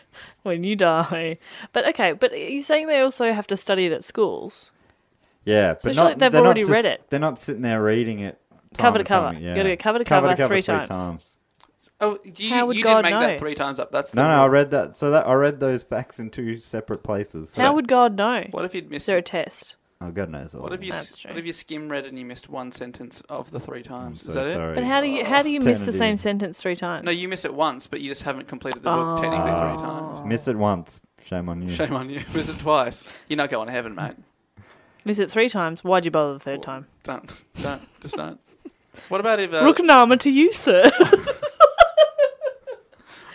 S2: when you die. But okay. But you're saying they also have to study it at schools.
S3: Yeah, but
S2: surely
S3: not,
S2: they've
S3: they're not
S2: already
S3: just-
S2: read it.
S3: They're not sitting there reading it. time
S2: Cover to
S3: and time
S2: cover.
S3: again.
S2: You
S3: Yeah.
S2: gotta go cover to cover three times.
S1: Oh, you,
S2: How would
S1: you
S2: God
S1: did make
S2: know?
S1: that three times up. That's the
S3: No, no, I
S1: rule.
S3: read that. So that I read those facts in two separate places. So,
S2: How would God know?
S1: What if you'd
S2: Is
S1: missed?
S2: there a test?
S3: oh, God knows.
S1: What if you?
S2: That's true.
S1: What if you skim read and you missed one sentence of the three times? Is
S3: so
S1: that
S3: sorry.
S2: But how do you how do you miss the
S3: Eternity.
S2: same sentence three
S1: it?
S2: times?
S1: No, you miss it once, but you just haven't completed the book technically three times.
S3: Miss it once. Shame on you.
S1: Shame on you. Miss it twice. You're not going to heaven, mate.
S2: miss it three times. Why'd you bother the third time?
S1: Don't, don't, just don't. What about if uh,
S2: Ruknama to you, sir.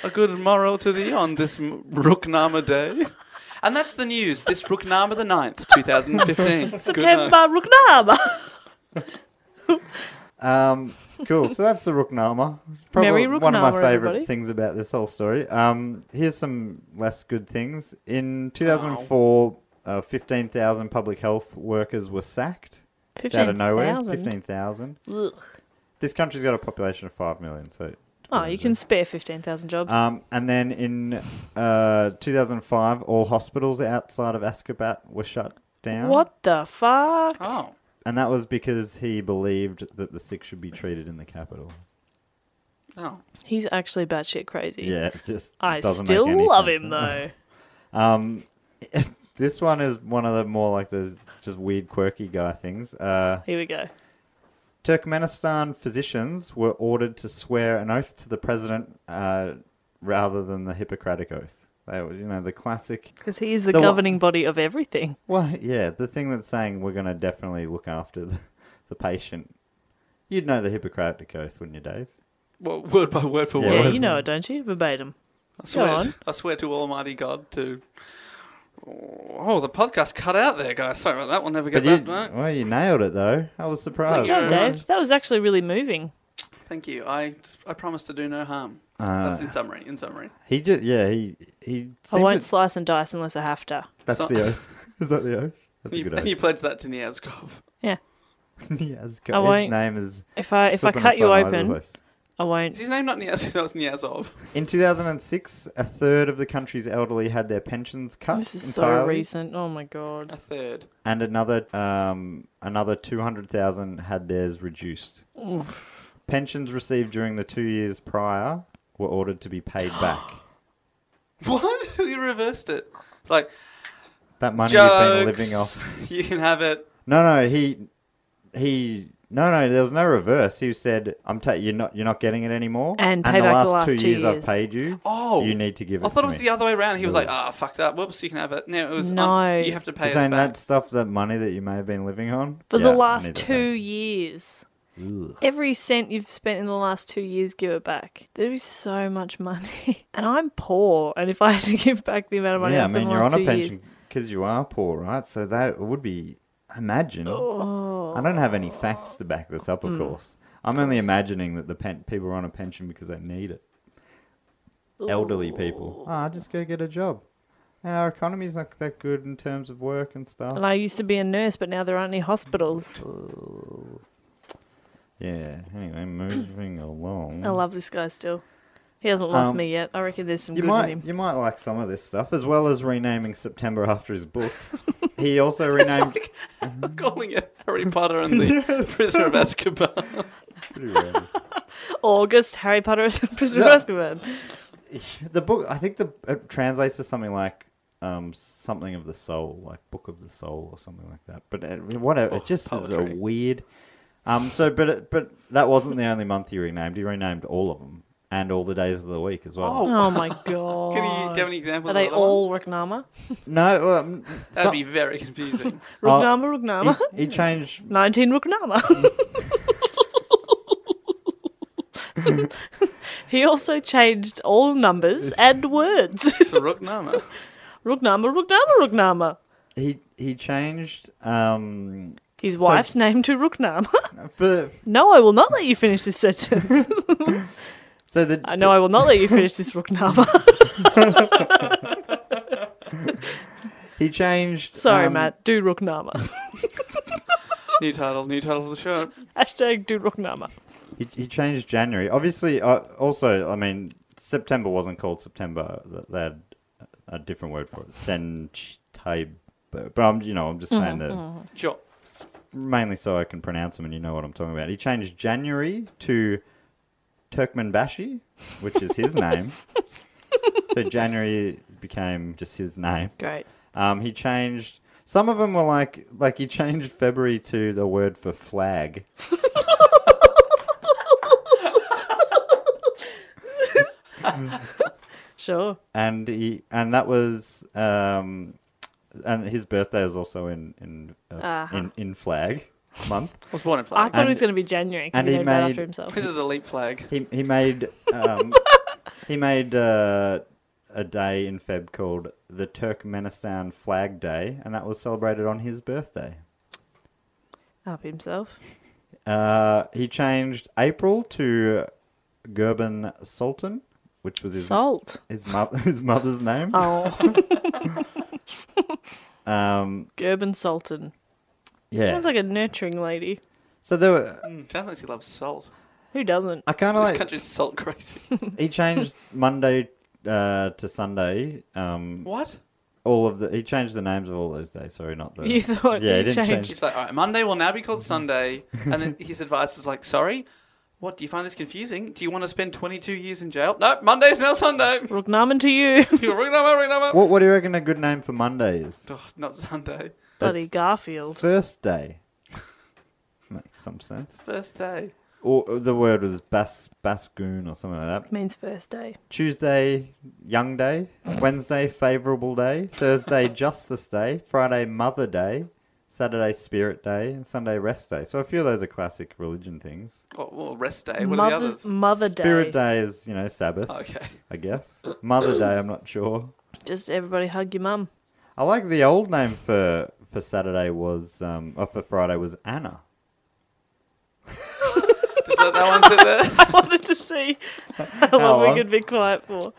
S1: a good moral to thee on this m- Ruknama day? And that's the news. This Ruknama the 9th, 2015. Good uh, night.
S2: September Ruknama.
S3: Um, cool. So that's the Rooknama. Probably
S2: Merry
S3: one of
S2: Rooknama,
S3: my favorite
S2: everybody.
S3: things about this whole story. Um, here's some less good things. In
S2: Oh.
S3: 2004, uh, 15,000 public health workers were sacked. It's out of nowhere.
S2: 15,000.
S3: 15,000.
S2: Ugh.
S3: This country's got a population of 5 million, so.
S2: Oh, you can spare fifteen thousand jobs.
S3: Um, and then in uh, 2005, all hospitals outside of Ascobat were shut down.
S2: what the fuck?
S1: Oh,
S3: And that was because he believed that the sick should be treated in the capital.
S1: oh.
S2: He's actually batshit crazy.
S3: Yeah, it's just.
S2: I
S3: doesn't make
S2: still
S3: any
S2: love
S3: sense.
S2: him though.
S3: Um, this one is one of the more like those just weird, quirky guy things. Uh,
S2: Here we go.
S3: Turkmenistan physicians were ordered to swear an oath to the president uh, rather than the Hippocratic oath. They were, you know, the classic.
S2: Because he is the,
S3: The wha-
S2: governing body of everything.
S3: Well, yeah, the thing that's saying we're going to definitely look after the, the patient. You'd know the Hippocratic oath, wouldn't you, Dave?
S1: Well, word by word for
S3: Yeah,
S1: word.
S2: Yeah,
S3: whatever.
S2: you know it, don't you? Verbatim.
S1: I swear,
S2: on.
S1: I swear to Almighty God to. Oh, the podcast cut out there, guys. Sorry about that. We'll never get
S3: But you,
S1: that back.
S3: well, you nailed it though. I was surprised.
S2: Go on,
S1: Thank you very
S2: Dave. That was actually really moving.
S1: Thank you. I I promise to do no harm.
S3: Uh,
S1: That's in summary. In summary.
S3: He just, yeah, he he.
S2: I
S3: seemed
S2: won't
S3: to-
S2: slice and dice unless I have to.
S3: That's
S1: So-
S3: the oath. Is that the oath? That's a
S1: You,
S3: good oath.
S1: you pledged that to Niazkov.
S2: Yeah.
S3: Yeah, it's
S2: I
S3: got,
S2: won't-
S3: his name is.
S2: If I if I
S3: slipping
S2: cut you
S3: inside my other
S2: open,
S3: voice.
S2: I
S1: Is
S2: won't.
S1: his name not Niaz? No, it's Niazov.
S3: In 2006, a third of the country's elderly had their pensions cut
S2: This is so
S3: entirely,
S2: recent. Oh my
S1: A
S2: god.
S1: third.
S3: and another um, another 200,000 had theirs reduced. Pensions received during the two years prior were ordered to be paid back.
S1: What? you reversed it. It's like
S3: That money
S1: jokes.
S3: you've been living off.
S1: You can have it.
S3: No, no, he he. No, no, there was no reverse. He said, "I'm ta- you're not you're not getting it anymore."
S2: And pay
S3: the last
S2: back the last
S3: two,
S2: two
S3: years, I've
S2: years.
S3: paid you.
S1: Oh,
S3: you need to give it.
S1: I thought
S3: to
S1: it was
S3: me.
S1: the other way around. He was
S3: No.
S1: like, "Ah, fucked up. Whoops, you can have it." No, it was
S2: No.
S1: Um, you have to pay
S3: Is
S1: us
S3: that
S1: back.
S3: that stuff, that money that you may have been living on?
S2: For
S3: Yeah,
S2: the
S3: I
S2: last
S3: need it
S2: two years. Every cent you've spent in the last two years, give it back. There is so much money. And I'm poor. And if I had to give back the amount of
S3: back.
S2: money
S3: Yeah,
S2: I
S3: I
S2: spent
S3: mean,
S2: in the
S3: you're
S2: last
S3: on a
S2: two
S3: pension
S2: years.
S3: because you are poor, right? So that would be, imagine. I don't have any facts to back this
S2: Oh.
S3: up, of
S2: Hmm.
S3: course. I'm only imagining that the pen, people are on a pension because they need it. Elderly people. Ah, just go get a job. Our economy's not that good in terms of work and stuff.
S2: And I used to be a nurse, but now there aren't any hospitals.
S3: yeah, anyway, moving along.
S2: I love this guy still. He hasn't lost
S3: Mm. Um,
S2: me yet. I reckon there's some
S3: You
S2: good in
S3: might
S2: him.
S3: you might like some of this stuff, as well as renaming September after his book. he also renamed
S1: calling it Harry Potter and the Prisoner of Azkaban.
S3: Pretty random.
S2: August, Harry Potter and the Prisoner
S3: No.
S2: of Azkaban.
S3: the book. I think the it translates to something like um, something of the soul, like Book of the Soul or something like that. But it, whatever, it just is
S1: Oh, poetry.
S3: a weird. Um, so, but it, but that wasn't the only month he renamed. He renamed all of them and all the days of the week as well.
S1: Oh,
S2: Oh my god.
S1: Can you, do you have any examples?
S2: Oh. Are they
S1: of other ones?
S2: all Rugnama?
S3: No, um,
S1: That'd be very confusing.
S3: Oh.
S2: Rugnama,
S3: he, he
S2: Rugnama.
S3: changed
S2: 19 Rugnama. he also changed all numbers and words.
S1: to Rooknama.
S2: Rugnama, Rugnama, Rugnama.
S3: he he changed um,
S2: His wife's name to Ruknama.
S3: for
S2: no, I will not let you finish this sentence.
S3: so the
S2: I know I will not let you finish this Ruknama.
S3: he changed
S2: Sorry,
S3: um,
S2: Matt. Do Ruknama.
S1: New title, new title of the show.
S2: Hashtag do Ruknama.
S3: He, he changed January. Obviously, uh, also, I mean, September wasn't called September. Th- They had
S2: Mm-hmm.
S3: a different word for it. Sentibe. But I'm, you know, I'm just saying that
S1: Sure.
S3: mainly so I can pronounce them and you know what I'm talking about. He changed January to Turkmenbashi, which is his name. So January became just his name.
S2: Great.
S3: Um, he changed. Some of them were like, like he changed February to the word for flag.
S2: Sure.
S3: and he and that was um and his birthday is also in in uh,
S2: Uh-huh.
S3: in, in flag month
S1: I was born in
S2: I
S1: flag.
S2: thought it was
S3: And-
S2: going to be January because
S3: and
S2: he
S3: he
S2: named that
S3: made-
S2: after himself.
S1: this is a leap flag.
S3: he he made um he made uh a day in Feb called the Turkmenistan Flag Day, and that was celebrated on his birthday.
S2: After himself.
S3: Uh, he changed April to Gerben Sultan, which was his
S2: Salt.
S3: his, mo- his mother's name.
S2: Oh,
S3: Um,
S2: Gerben Sultan.
S3: yeah.
S2: Sounds like a nurturing lady.
S3: So there were.
S1: Mm, sounds like she loves salt.
S2: Who doesn't?
S3: I kind of
S1: This
S3: like
S1: country's salt crazy.
S3: He changed Monday uh, to Sunday. Um,
S1: what?
S3: all of the he changed the names of all those days. Sorry, not the.
S2: You thought
S3: Yeah,
S2: he
S3: it didn't
S2: changed.
S3: change.
S1: She's like, all right, Monday will now be called
S3: Mm-hmm.
S1: Sunday. And then his advice is like, sorry, what, do you find this confusing? Do you want to spend 22 years in jail? No, Monday's now Sunday.
S2: Rugnaman to you.
S1: Ring number, ring number.
S3: What What do you reckon a good name for Monday is?
S1: Oh, not Sunday.
S2: Bloody Garfield.
S3: First day. Makes some sense.
S1: First day.
S3: Or the word was bas basgoon or something like that.
S2: Means first day.
S3: Tuesday, young day. Wednesday, favourable day. Thursday, justice day. Friday, mother day. Saturday, spirit day, and Sunday, rest day. So a few of those are classic religion things.
S1: Or, or rest day. What are the
S2: Mother,
S1: others?
S2: Mother Day.
S3: Spirit day is you know Sabbath,
S1: Okay.
S3: I guess. Mother day, I'm not sure.
S2: Just everybody hug your mum.
S3: I like the old name for for Saturday was um or for Friday was Anna.
S1: Just let that one sit there.
S2: I wanted to see how long,
S3: How long?
S2: we could be quiet for.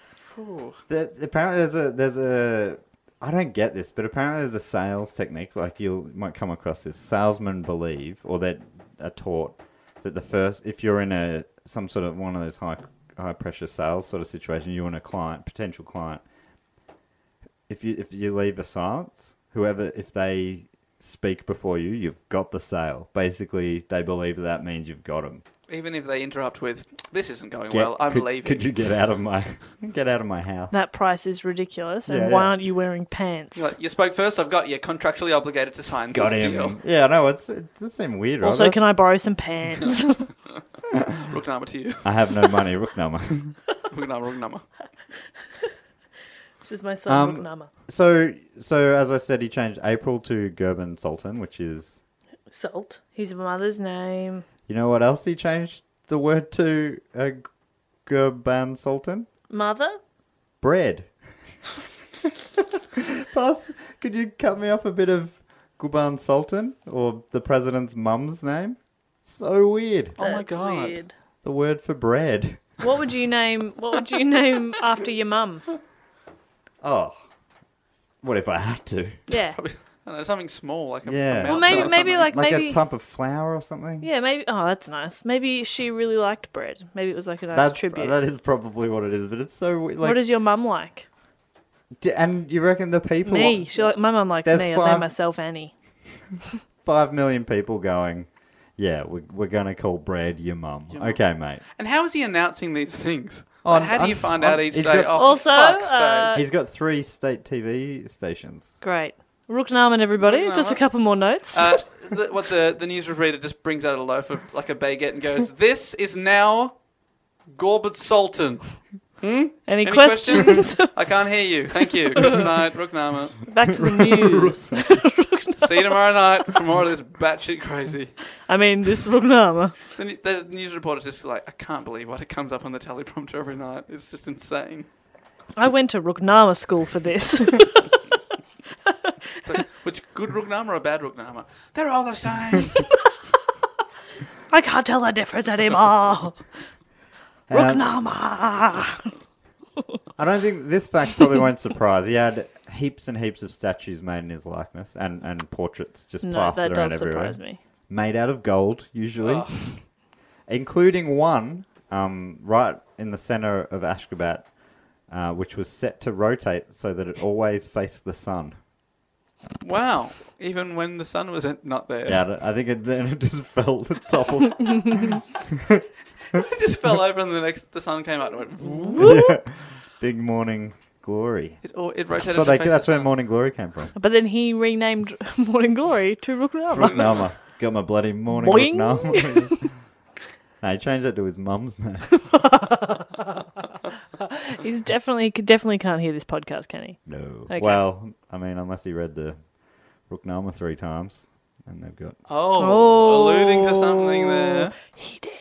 S3: There, apparently, there's a there's a I don't get this, but apparently there's a sales technique like you might come across this. Salesmen believe or that are taught that the first if you're in a some sort of one of those high high pressure sales sort of situation, you and a client potential client, if you if you leave a silence, whoever if they speak before you, you've got the sale. Basically, they believe that means you've got them.
S1: Even if they interrupt with, this isn't going
S3: Get-
S1: well, I'm
S3: could,
S1: leaving.
S3: Could you get out of my get out of my house?
S2: That price is ridiculous. And
S3: Yeah,
S2: why
S3: yeah.
S2: aren't you wearing pants?
S1: You're like, you spoke first, I've got you. Contractually obligated to sign
S3: got
S1: this
S3: him.
S1: deal.
S3: um, Yeah, I know it's it does seem weird. Right?
S2: also, can I
S3: That's-
S2: borrow some pants?
S1: Rook number to you.
S3: I have no money. Rook number.
S1: Rook number, rook number.
S2: this is my son,
S3: Um,
S2: Rugnama.
S3: So so as I said, he changed April to Gerben Sultan, which is
S2: Salt. His mother's name.
S3: you know what else he changed the word to uh, Gerben Sultan
S2: Mother?
S3: bread. Pass. Could you cut me off a bit of Guban Sultan or the president's mum's name? So weird.
S1: Oh my
S2: That's
S1: god.
S2: weird.
S3: The word for bread.
S2: What would you name? What would you name after your mum?
S3: Oh, what if I had to?
S2: Yeah.
S1: Probably, I don't know, something small like a,
S3: Yeah.
S1: a
S3: Well,
S1: mountain
S2: maybe- maybe,
S1: or something.
S2: like-
S3: Like
S2: maybe-
S3: a type of flour or something?
S2: Yeah, maybe. Oh, that's nice. Maybe she really liked bread. Maybe it was like a nice
S3: That's
S2: tribute.
S3: that is probably what it is, but it's so we- like.
S2: what does your mum like?
S3: d- and you reckon the people?
S2: Me. She like my mum likes
S3: There's
S2: me. I
S3: five-
S2: name myself Annie.
S3: Five million people going. Yeah, we're, we're gonna call bread your mum. Okay, mate.
S1: And how is he announcing these things?
S3: Oh,
S1: Like,
S3: I'm-
S1: how do
S3: I'm-
S1: you find
S3: I'm-
S1: out each day?
S3: he's got-
S1: oh, for
S2: Also,
S1: fuck's sake.
S2: uh,
S3: He's got three state TV stations.
S2: Great. Rook Narman, everybody.
S1: Rook
S2: Just a
S1: Naaman.
S2: couple more notes.
S1: Uh, the, what the, the news reader just brings out a loaf of like a baguette and goes, "This is now Gorbet Sultan."
S2: any,
S1: Any
S2: questions?
S1: questions? I can't hear you. Thank you. Good night, Rooknama.
S2: Back to the news.
S1: See you tomorrow night for more of this batshit crazy.
S2: I mean, this Rook Naaman.
S1: The, ne- the news reporter's just like, I can't believe what it comes up on the teleprompter every night. It's just insane.
S2: I went to Rook Naaman school for this.
S1: It's like, which good Rooknama or bad Rooknama? They're all the same.
S2: I can't tell the difference anymore. Rook
S3: And I,
S2: Naaman.
S3: I don't think this fact probably won't surprise. He had heaps and heaps of statues made in his likeness and, and portraits just
S2: No,
S3: plastered
S2: that
S3: around
S2: does
S3: everywhere.
S2: surprise me.
S3: made out of gold, usually, including one um, right in the center of Ashgabat, uh, which was set to rotate so that it always faced the sun.
S1: wow. even when the sun was not there.
S6: Yeah, I don't- I think it, then it just fell toppled.
S1: it just fell over, and the next the sun came out and went. vroom.
S6: yeah. Big morning glory.
S1: It, or it rotated.
S6: So
S1: to
S6: they,
S1: face
S6: that's
S1: the
S6: where
S1: sun.
S6: morning glory came from.
S2: But then he renamed Morning Glory to Rooknama.
S6: Rooknama. Got my bloody
S2: Boing.
S6: morning Rooknama. no, he changed it to his mum's name.
S2: He's definitely definitely can't hear this podcast, can he?
S6: No.
S2: Okay.
S6: Well, I mean, unless he read the Rooknama three times, and they've got
S1: Oh, alluding to something there.
S2: He did.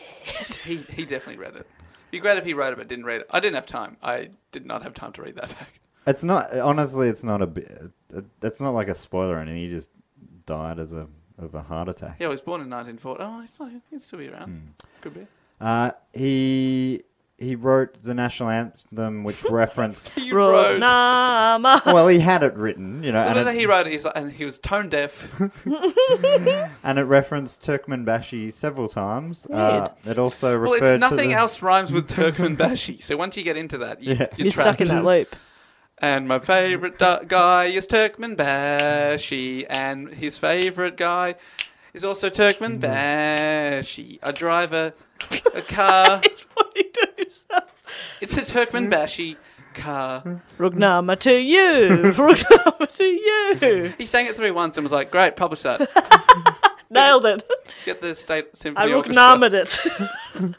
S1: He he definitely read it. Be great if he wrote it, but didn't read it. I didn't have time. I did not have time to read that back.
S6: It's not honestly. It's not a. bi- it- It's not like a spoiler, and he just died as a of a heart attack.
S1: Yeah, I was born in 1940. Oh, it's not, he'd still be around.
S6: Hmm.
S1: Could be.
S6: Uh, he he wrote the national anthem, which referenced.
S1: He wrote.
S2: Rooknama.
S6: Well, he had it written, you know,
S1: Well,
S6: and
S1: no, no,
S6: it,
S1: he wrote it. He's like, and he was tone deaf.
S6: and it referenced Turkmenbashi several times. Uh, it also
S1: well,
S6: referred
S1: it's nothing
S6: to the,
S1: else rhymes with Turkmenbashi. So once you get into that, you,
S6: Yeah.
S1: you're,
S2: You're stuck in
S1: trapped.
S2: that loop.
S1: And my favorite du- guy is Turkmenbashi, and his favorite guy is also
S6: Mm-hmm.
S1: Turkmenbashi. A driver, a car.
S2: It's what he do himself.
S1: it's a
S6: Mm-hmm.
S1: Turkmenbashi car.
S2: Rooknama to you. Rooknama to you.
S1: He sang it through once and was like, "Great, publish that.
S2: Nailed it.
S1: Get the state
S2: I
S1: symphony orchestra."
S2: rooknamaed it.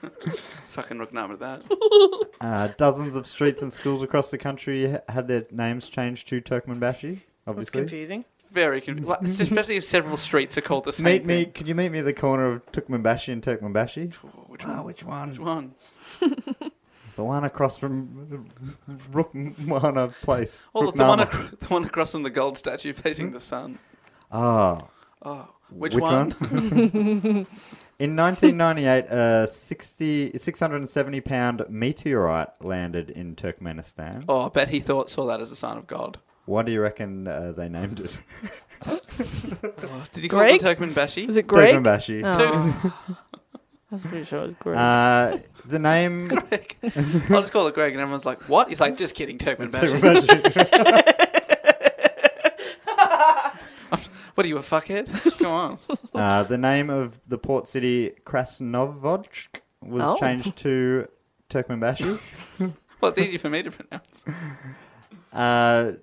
S1: Fucking Rooknama that.
S6: Uh, dozens of streets and schools across the country ha- had their names changed to Turkmenbashi.
S2: It's
S6: Obviously,
S2: confusing.
S1: Very confusing. especially if several streets are called the same.
S6: meet Mm-hmm. me.
S1: thing.
S6: Can you meet me at the corner of Turkmenbashi and Turkmenbashi? Ah,
S1: Which one?
S6: which one?
S1: Which one?
S6: The one across from Rookmana Place.
S1: Oh, the one,
S6: Rooknama.
S1: ac- the one across from the gold statue facing the sun.
S6: Ah,
S1: Oh,
S6: Mm-hmm. which, one? In 1998, a 60, 670-pound meteorite landed in Turkmenistan.
S1: Oh, I bet he thought saw that as a sign of God.
S6: Why do you reckon uh, they named it?
S1: Did he call it the
S2: Greg?
S1: Turkmenbashi?
S2: Is it Greg?
S6: Turkmenbashi.
S2: Oh, I was pretty sure it was
S1: Oh.
S2: Greg.
S6: Uh, the name...
S1: Greg. I'll just call it Greg, and everyone's like, "What?" He's like, "Just kidding, Turkmenbashi.
S6: Turkmenbashi.
S1: what are you a fuckhead? Come on."
S6: uh, the name of the port city Krasnovodsk was
S2: Oh.
S6: changed to Turkmenbashi.
S1: Well, it's easy for me to pronounce.
S6: Uh,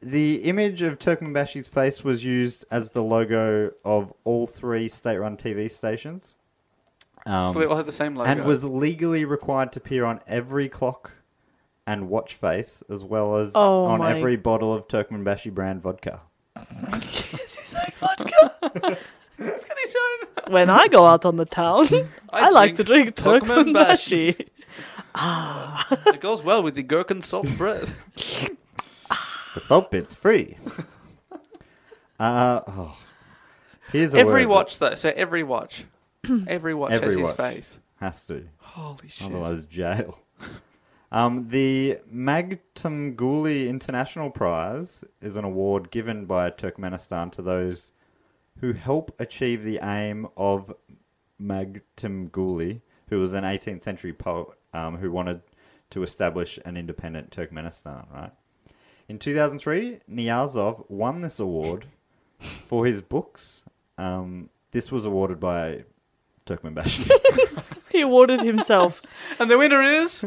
S6: the image of Turkmenbashi's face was used as the logo of all three state-run TV stations, um,
S1: So we all have the same logo.
S6: and was legally required to appear on every clock and watch face, as well as
S2: Oh
S6: on
S2: my-
S6: every bottle of Turkmenbashi brand vodka.
S1: It's got his own-
S2: when I go out on the town, I, like to drink
S1: Turkmenbashi.
S2: Turkmenbashi.
S1: It goes well with the gherkin salt bread.
S6: The salt bit's free. uh, oh. Here's a
S1: every
S6: word
S1: watch, though. So every watch, every watch
S6: Every
S1: has his
S6: watch.
S1: face.
S6: that has to.
S1: Holy Oh, shit!
S6: Otherwise, jail. Um, the Magtamguli International Prize is an award given by Turkmenistan to those who help achieve the aim of Magtamguli, who was an 18th century poet um, who wanted to establish an independent Turkmenistan, right? In 2003, Niyazov won this award for his books. Um, this was awarded by Turkmenbashi.
S2: He awarded himself.
S1: And the winner is.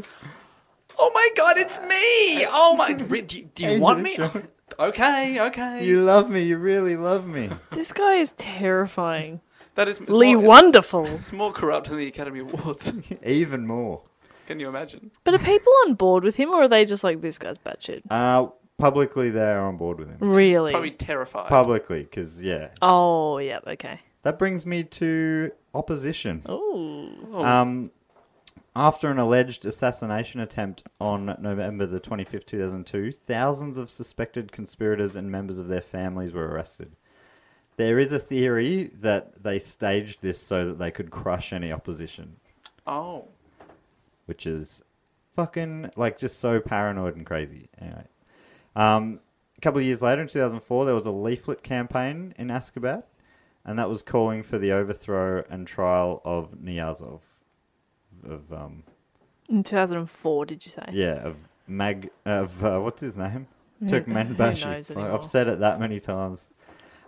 S1: Oh my god, it's me! Oh my. Re- Do you, do you want me? Okay, okay.
S6: You love me. You really love me.
S2: This guy is terrifying.
S1: that is it's
S2: Lee
S1: more,
S2: Wonderful.
S1: It's more corrupt than the Academy Awards.
S6: Even more.
S1: Can you imagine?
S2: But are people on board with him, or are they just like this guy's batshit?
S6: Uh, publicly, they are on board with him.
S2: Really?
S1: Probably terrified.
S6: Publicly, because, yeah.
S2: Oh, yeah. Okay.
S6: That brings me to opposition.
S2: Oh,
S6: Um, after an alleged assassination attempt on November the 25th, 2002, thousands of suspected conspirators and members of their families were arrested. There is a theory that they staged this so that they could crush any opposition,
S1: Oh.
S6: which is fucking like just so paranoid and crazy. Anyway, um, a couple of years later, in 2004, there was a leaflet campaign in Ashgabat, and that was calling for the overthrow and trial of Niyazov, of um,
S2: in 2004, did you say?
S6: yeah, of Mag, of uh, what's his name,
S2: who knows
S6: Turkmenbashi.
S2: anymore?
S6: I've said it that many times.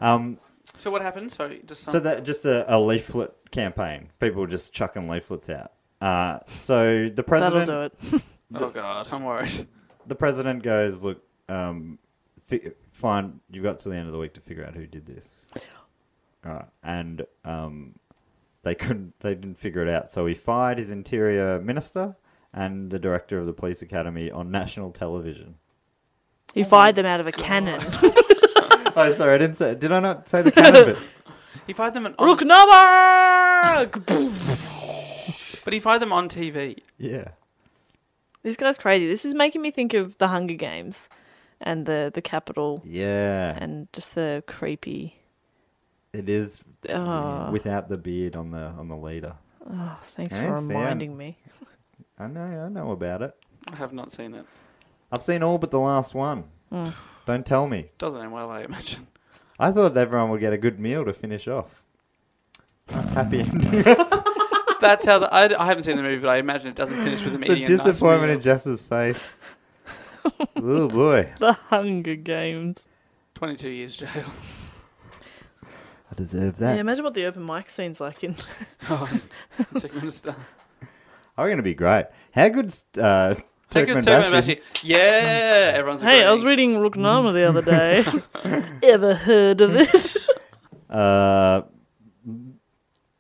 S6: Um,
S1: So what happened? Sorry, just some,
S6: so that just a, a leaflet campaign. People just chucking leaflets out. Uh, so the president
S2: That'll do it.
S1: Oh god, I'm worried.
S6: the president goes, look, um, fi- fine, you've got to the end of the week to figure out who did this. All right. And um, they couldn't, they didn't figure it out. So he fired his interior minister and the director of the police academy on national television.
S2: He fired them out of a cannon.
S6: oh, sorry, I didn't say. Did I not say the cannon bit?
S1: He fired them, on,
S2: Rook number.
S1: but he fired them on TV.
S6: Yeah.
S2: this guy's crazy. This is making me think of the Hunger Games, and the the capital,
S6: Yeah.
S2: and just the creepy.
S6: It is
S2: Oh.
S6: without the beard on the on the leader.
S2: Oh, thanks
S6: Okay,
S2: for
S6: Sam.
S2: reminding me.
S6: I know, I know about it.
S1: I have not seen it.
S6: I've seen all but the last one. Don't tell me.
S1: Doesn't end well, I imagine.
S6: I thought everyone would get a good meal to finish off. That's happy ending.
S1: That's how the, I, I haven't seen the movie, but I imagine it doesn't finish with them
S6: the
S1: eating. a nice
S6: disappointment
S1: meal.
S6: in Jess's face. oh boy,
S2: The Hunger Games.
S1: Twenty-two years jail.
S6: I deserve
S2: Yeah,
S6: that.
S2: imagine what the open mic scene's like in.
S1: Turkmenistan.
S6: I'm going to be great. How good's uh,
S1: Take us
S6: Turkmen
S1: to
S6: Bashi?
S1: Turkmenbashi. Yeah, everyone's.
S2: hey, I was
S1: agreeing.
S2: reading Rook Nama the other day. Ever heard of it?
S6: Uh,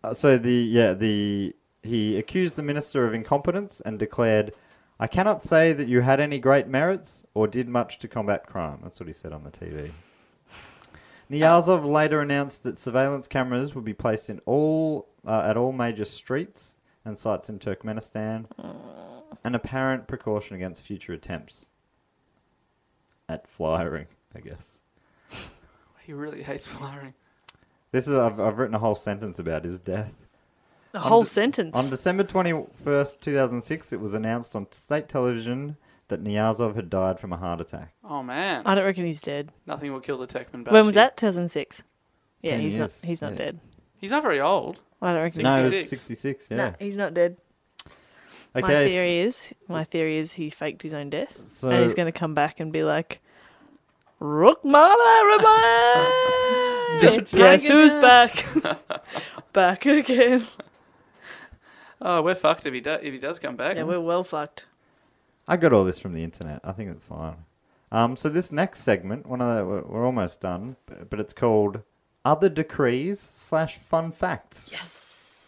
S6: uh, so the yeah the he accused the minister of incompetence and declared, "I cannot say that you had any great merits or did much to combat crime." That's what he said on the TV. Niyazov later announced that surveillance cameras would be placed in all uh, at all major streets and sites in Turkmenistan,
S2: Mm.
S6: an apparent precaution against future attempts at firing, I guess.
S1: He really hates firing.
S6: This is I've, I've written a whole sentence about his death.
S2: A whole sentence.
S6: On December 21st, 2006, it was announced on state television that Niyazov had died from a heart attack.
S1: Oh man,
S2: I don't reckon he's dead.
S1: nothing will kill the Turkmenbashi.
S2: When was that? 2006. Yeah,
S6: Ten
S2: he's
S6: years.
S2: not. He's not
S6: Yeah.
S2: dead.
S1: He's not very old.
S2: I don't reckon.
S6: No,
S2: he's
S6: it
S2: dead.
S6: was
S1: 66.
S6: 66, yeah.
S2: No, he's not dead. my
S6: Okay,
S2: theory is, my theory is he faked his own death,
S6: so
S2: and he's going to come back and be like, "Rook Mala, everybody! Guess who's back? back again?
S1: Oh, we're fucked if he do, if he does come back.
S2: Yeah, we're well fucked.
S6: I got all this from the internet. I think it's fine. Um, so this next segment, one of the, we're, we're almost done, but, but it's called Other Decrees slash Fun Facts.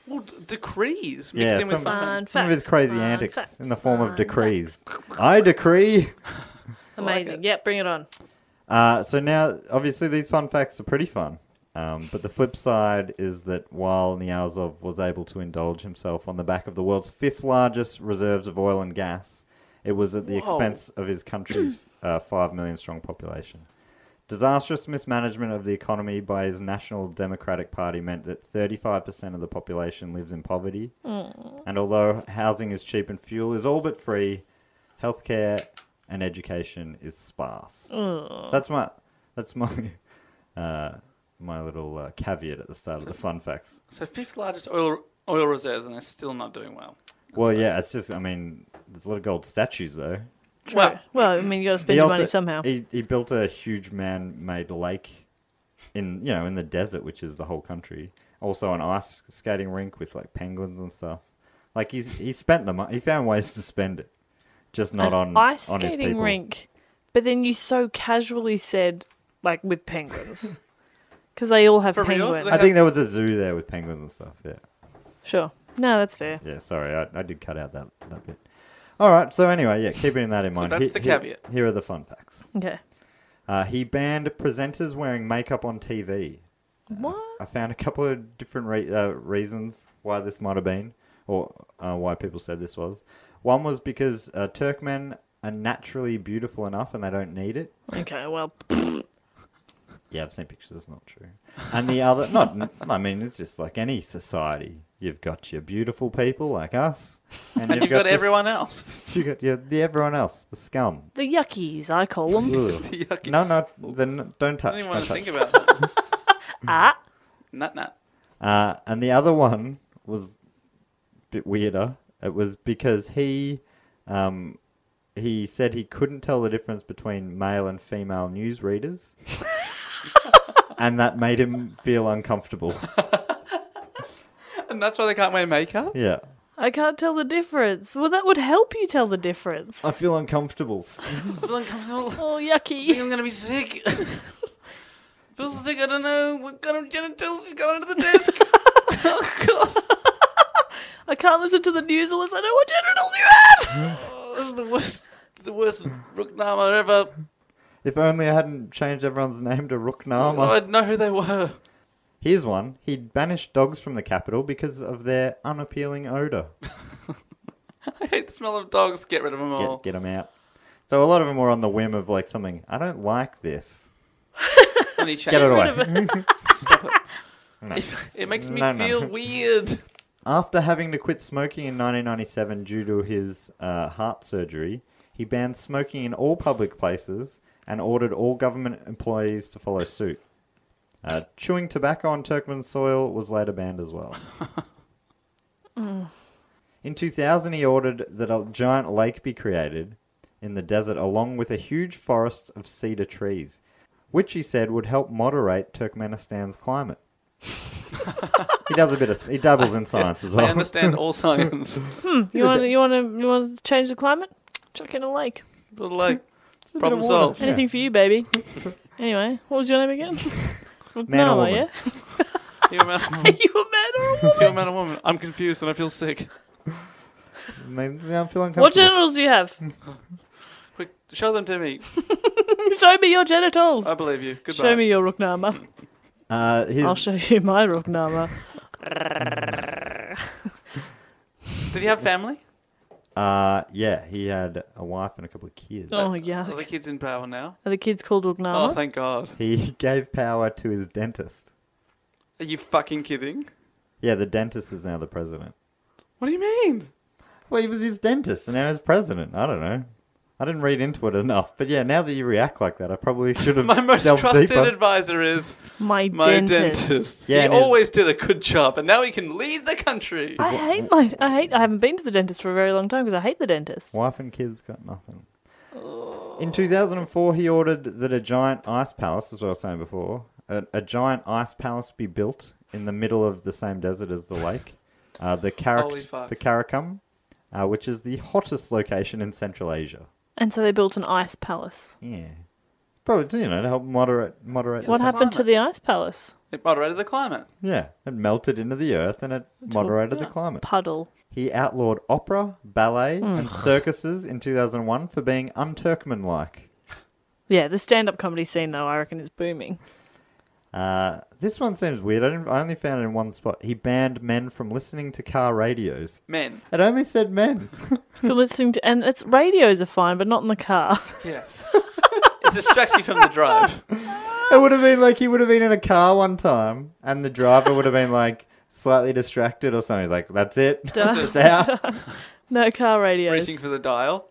S1: well, d- decrees mixed in with
S6: some,
S1: fun.
S2: Fun
S6: some of his
S2: facts,
S6: crazy
S2: fun
S6: antics
S2: facts,
S6: in the form of
S2: fun
S6: decrees. I decree...
S2: Amazing. yep, bring it on.
S6: Uh, so now, obviously, these fun facts are pretty fun. Um, but the flip side is that while Niazov was able to indulge himself on the back of the world's fifth largest reserves of oil and gas, it was at the
S1: Whoa.
S6: expense of his country's uh, 5 million strong population. Disastrous mismanagement of the economy by his National Democratic Party meant that 35% of the population lives in poverty. And although housing is cheap and fuel is all but free, healthcare and education is sparse. So that's my that's my uh, my little uh, caveat at the start of the fun facts.
S1: So fifth largest oil oil reserves, and they're still not doing well.
S6: Well, yeah, it's just I mean, there's a lot of gold statues though.
S1: Well,
S2: Well, I mean, you got to spend
S6: He
S2: your
S6: also-
S2: money somehow.
S6: He he built a huge man-made lake in you know in the desert, which is the whole country. Also, an ice skating rink with like penguins and stuff. Like he's he spent the money. He found ways to spend it, just not
S2: An
S6: on
S2: ice
S6: on his
S2: skating
S6: people.
S2: rink, but then you so casually said, like with penguins, because they all have
S1: For real? Do
S2: penguins.
S1: they
S6: I think there was a zoo there with penguins and stuff. Yeah.
S2: Sure. No, that's fair.
S6: Yeah, sorry, I, I did cut out that, that bit. All right, so anyway, yeah, keeping that in mind.
S1: that's the caveat.
S6: Here, are the fun facts.
S2: Okay.
S6: Uh, he banned presenters wearing makeup on TV.
S2: What?
S6: I found a couple of different re- uh, reasons why this might have been, or uh, why people said this was. One was because uh, Turkmen are naturally beautiful enough and they don't need it.
S2: Okay. Well,
S6: Yeah, I've seen pictures. It's not true. And the other, not. I mean, it's just like any society. You've got your beautiful people like us, and,
S1: and you've got,
S6: your-
S1: everyone else.
S6: You got yeah, the everyone else, the scum.
S2: the yuckies, I call them.
S6: Ugh.
S1: Yucky.
S6: no, no, then don't
S1: I don't
S6: touch.
S1: even
S6: don't
S1: want to
S6: touch.
S1: think about that.
S2: Ah,
S1: Nut nut.
S6: Uh, and the other one was a bit weirder. It was because he, um, he said he couldn't tell the difference between male and female newsreaders. and that made him feel uncomfortable.
S1: And that's why they can't wear makeup?
S6: Yeah.
S2: I can't tell the difference. Well, that would help you tell the difference.
S6: I feel uncomfortable.
S1: I feel uncomfortable. I
S2: Oh,
S1: think
S2: yucky.
S1: I'm going to be sick. Feels sick. I don't know what kind of genitals has got under the desk. oh, God.
S2: I can't listen to the news unless I know what genitals you have.
S1: Oh, this is the worst, the worst Rooknama ever.
S6: If only I hadn't changed everyone's name to
S1: Oh,
S6: Rooknama.
S1: I'd know who they were.
S6: Here's one. He banished dogs from the capital because of their unappealing odor.
S1: I hate the smell of dogs. Get rid of them all.
S6: Get get them out. So a lot of them were on the whim of like something. I don't like this.
S1: And he changed
S6: Get it
S1: it.
S6: away.
S1: Stop it. It, it makes me
S6: No, no.
S1: feel weird.
S6: After having to quit smoking in 1997 due to his uh, heart surgery, he banned smoking in all public places and ordered all government employees to follow suit. Uh, chewing tobacco on Turkmen soil was later banned as well. in 2000, he ordered that a giant lake be created in the desert along with a huge forest of cedar trees, which he said would help moderate Turkmenistan's climate. he does a bit of he doubles in science as well.
S1: I understand all science.
S2: You want to you want to you want to change the climate? Chuck in a lake.
S1: but like,
S6: bit of
S1: problem
S6: water.
S1: solved.
S6: Yeah.
S2: Anything for you, baby. anyway, what was your name again?
S6: Man or
S2: Nama,
S6: woman?
S2: yeah?
S1: You're a man,
S2: Are you a man or a woman?
S1: you're a man or woman. I'm confused and I feel sick.
S6: Maybe I'm feeling
S2: what
S6: uncomfortable.
S2: genitals do you have?
S1: Quick, show them to me.
S2: Show me your genitals.
S1: I believe you. Uh, Goodbye.
S2: Show me your Ruknama.
S6: Uh, his-
S2: I'll show you my Ruknama.
S1: Did he have family?
S6: uh, yeah, he had a wife and a couple of kids.
S2: Oh,
S1: Are the
S2: yuck.
S1: kids in power now?
S2: Are the kids called Ruknama?
S1: Oh, thank God.
S6: He gave power to his dentist.
S1: Are you fucking kidding?
S6: Yeah, the dentist is now the president.
S1: What do you mean?
S6: Well, he was his dentist, and now he's president. I don't know. I didn't read into it enough, but yeah, now that you react like that, I probably should have.
S1: My most
S6: delved
S1: trusted
S6: deeper.
S1: advisor is
S2: my
S1: my
S2: dentist.
S1: dentist.
S6: Yeah,
S1: he
S6: and his-
S1: always did a good job, and now he can lead the country.
S2: I hate my. I hate. I haven't been to the dentist for a very long time because I hate the dentist.
S6: Wife and kids got nothing.
S1: Oh.
S6: In 2004, he ordered that a giant ice palace, as I was saying before, a, a giant ice palace be built in the middle of the same desert as the lake, uh, the
S1: Holy
S6: Karak,
S1: fuck.
S6: the Karakum, uh, which is the hottest location in Central Asia.
S2: And so they built an ice palace.
S6: Yeah, probably you know to help moderate moderate.
S2: What
S1: the
S2: happened to the
S1: climate.
S2: ice palace?
S1: It moderated the climate.
S6: Yeah, it melted into the earth and it moderated the climate.
S2: Puddle.
S6: He outlawed opera, ballet, and circuses in 2001 for being un-Turkmen-like.
S2: Yeah, the stand-up comedy scene though, I reckon, is booming.
S6: Uh, this one seems weird. I, didn't, I only found it in one spot. He banned men from listening to car radios.
S1: Men.
S6: It only said men.
S2: For listening to, and it's radios are fine, but not in the car.
S1: Yes. it distracts you from the drive.
S6: it would have been like he would have been in a car one time, and the driver would have been like slightly distracted or something. He's like, "That's it. That's out."
S2: No car radios.
S1: Reaching for the dial.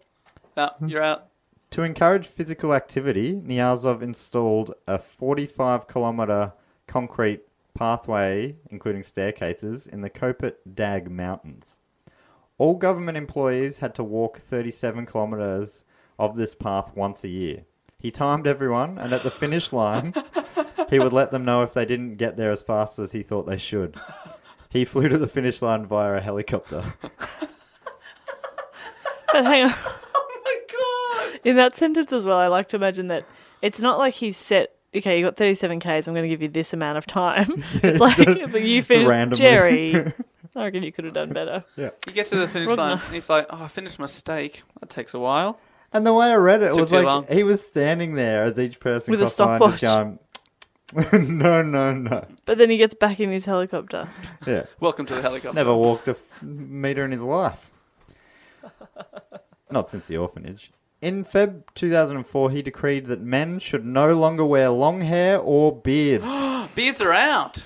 S1: No, you're out.
S6: To encourage physical activity, Niazov installed a 45 kilometer concrete pathway, including staircases, in the Kopet Dag Mountains. All government employees had to walk 37 kilometers of this path once a year. He timed everyone, and at the finish line, he would let them know if they didn't get there as fast as he thought they should. He flew to the finish line via a helicopter.
S2: But hang on.
S1: Oh my God.
S2: In that sentence as well, I like to imagine that it's not like he's set. Okay, you got thirty-seven k's. I'm going to give you this amount of time. It's like you finished,
S6: randomly.
S2: Jerry. I reckon you could have done better.
S1: You get to the finish line, and he's like, "Oh, I finished my steak. That takes a while."
S6: And the way I read it,
S1: Took
S6: was
S1: too
S6: like
S1: long.
S6: he was standing there as each person
S2: With a
S6: crossed the line, just going, no, no, no.
S2: But then he gets back in his helicopter.
S6: Yeah,
S1: Welcome to the helicopter.
S6: never walked a f- meter in his life. Not since the orphanage. In Feb 2004, he decreed that men should no longer wear long hair or beards.
S1: Beards are out.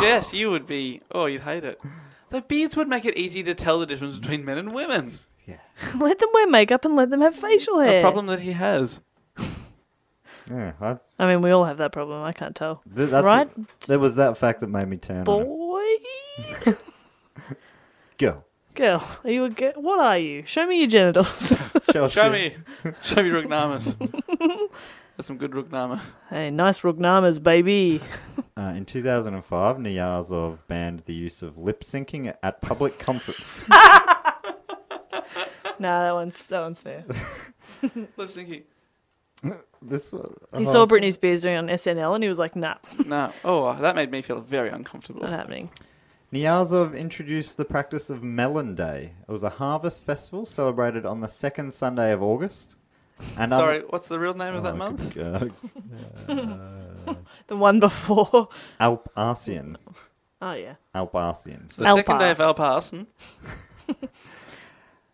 S1: yes, you would be. Oh, you'd hate it. The beards would make it easy to tell the difference between men and women.
S2: let them wear makeup and let them
S6: Mm,
S2: have facial hair.
S1: The problem that he has.
S6: yeah, I,
S2: I mean, we all have that problem. I can't tell.
S6: th- that's
S2: Right?
S6: There was that fact that made me turn. on it.
S2: Boy,
S6: Go.
S2: girl, are you a girl? What are you? Show me your genitals.
S6: Show, us
S1: Show
S6: your-
S1: me, show me Rugnamas. That's some good Rugnama.
S2: Hey, nice Rugnamas, baby.
S6: Uh, in 2005, Niyazov banned the use of lip syncing at public concerts.
S2: Nah, that one's that one's fair.
S1: Lip syncing.
S6: this was,
S2: He saw Britney Spears doing it on SNL and he was like, nah,
S1: No. Oh, that made me feel very uncomfortable.
S2: not happening.
S6: Niyazov introduced the practice of Melon Day. It was a harvest festival celebrated on the second Sunday of August. And
S1: Sorry, what's the real name of that month?
S6: month?
S2: The one before.
S6: Alparsian.
S2: Oh yeah.
S6: Alparsian.
S1: The second day of
S2: Alpars.
S1: Alparson.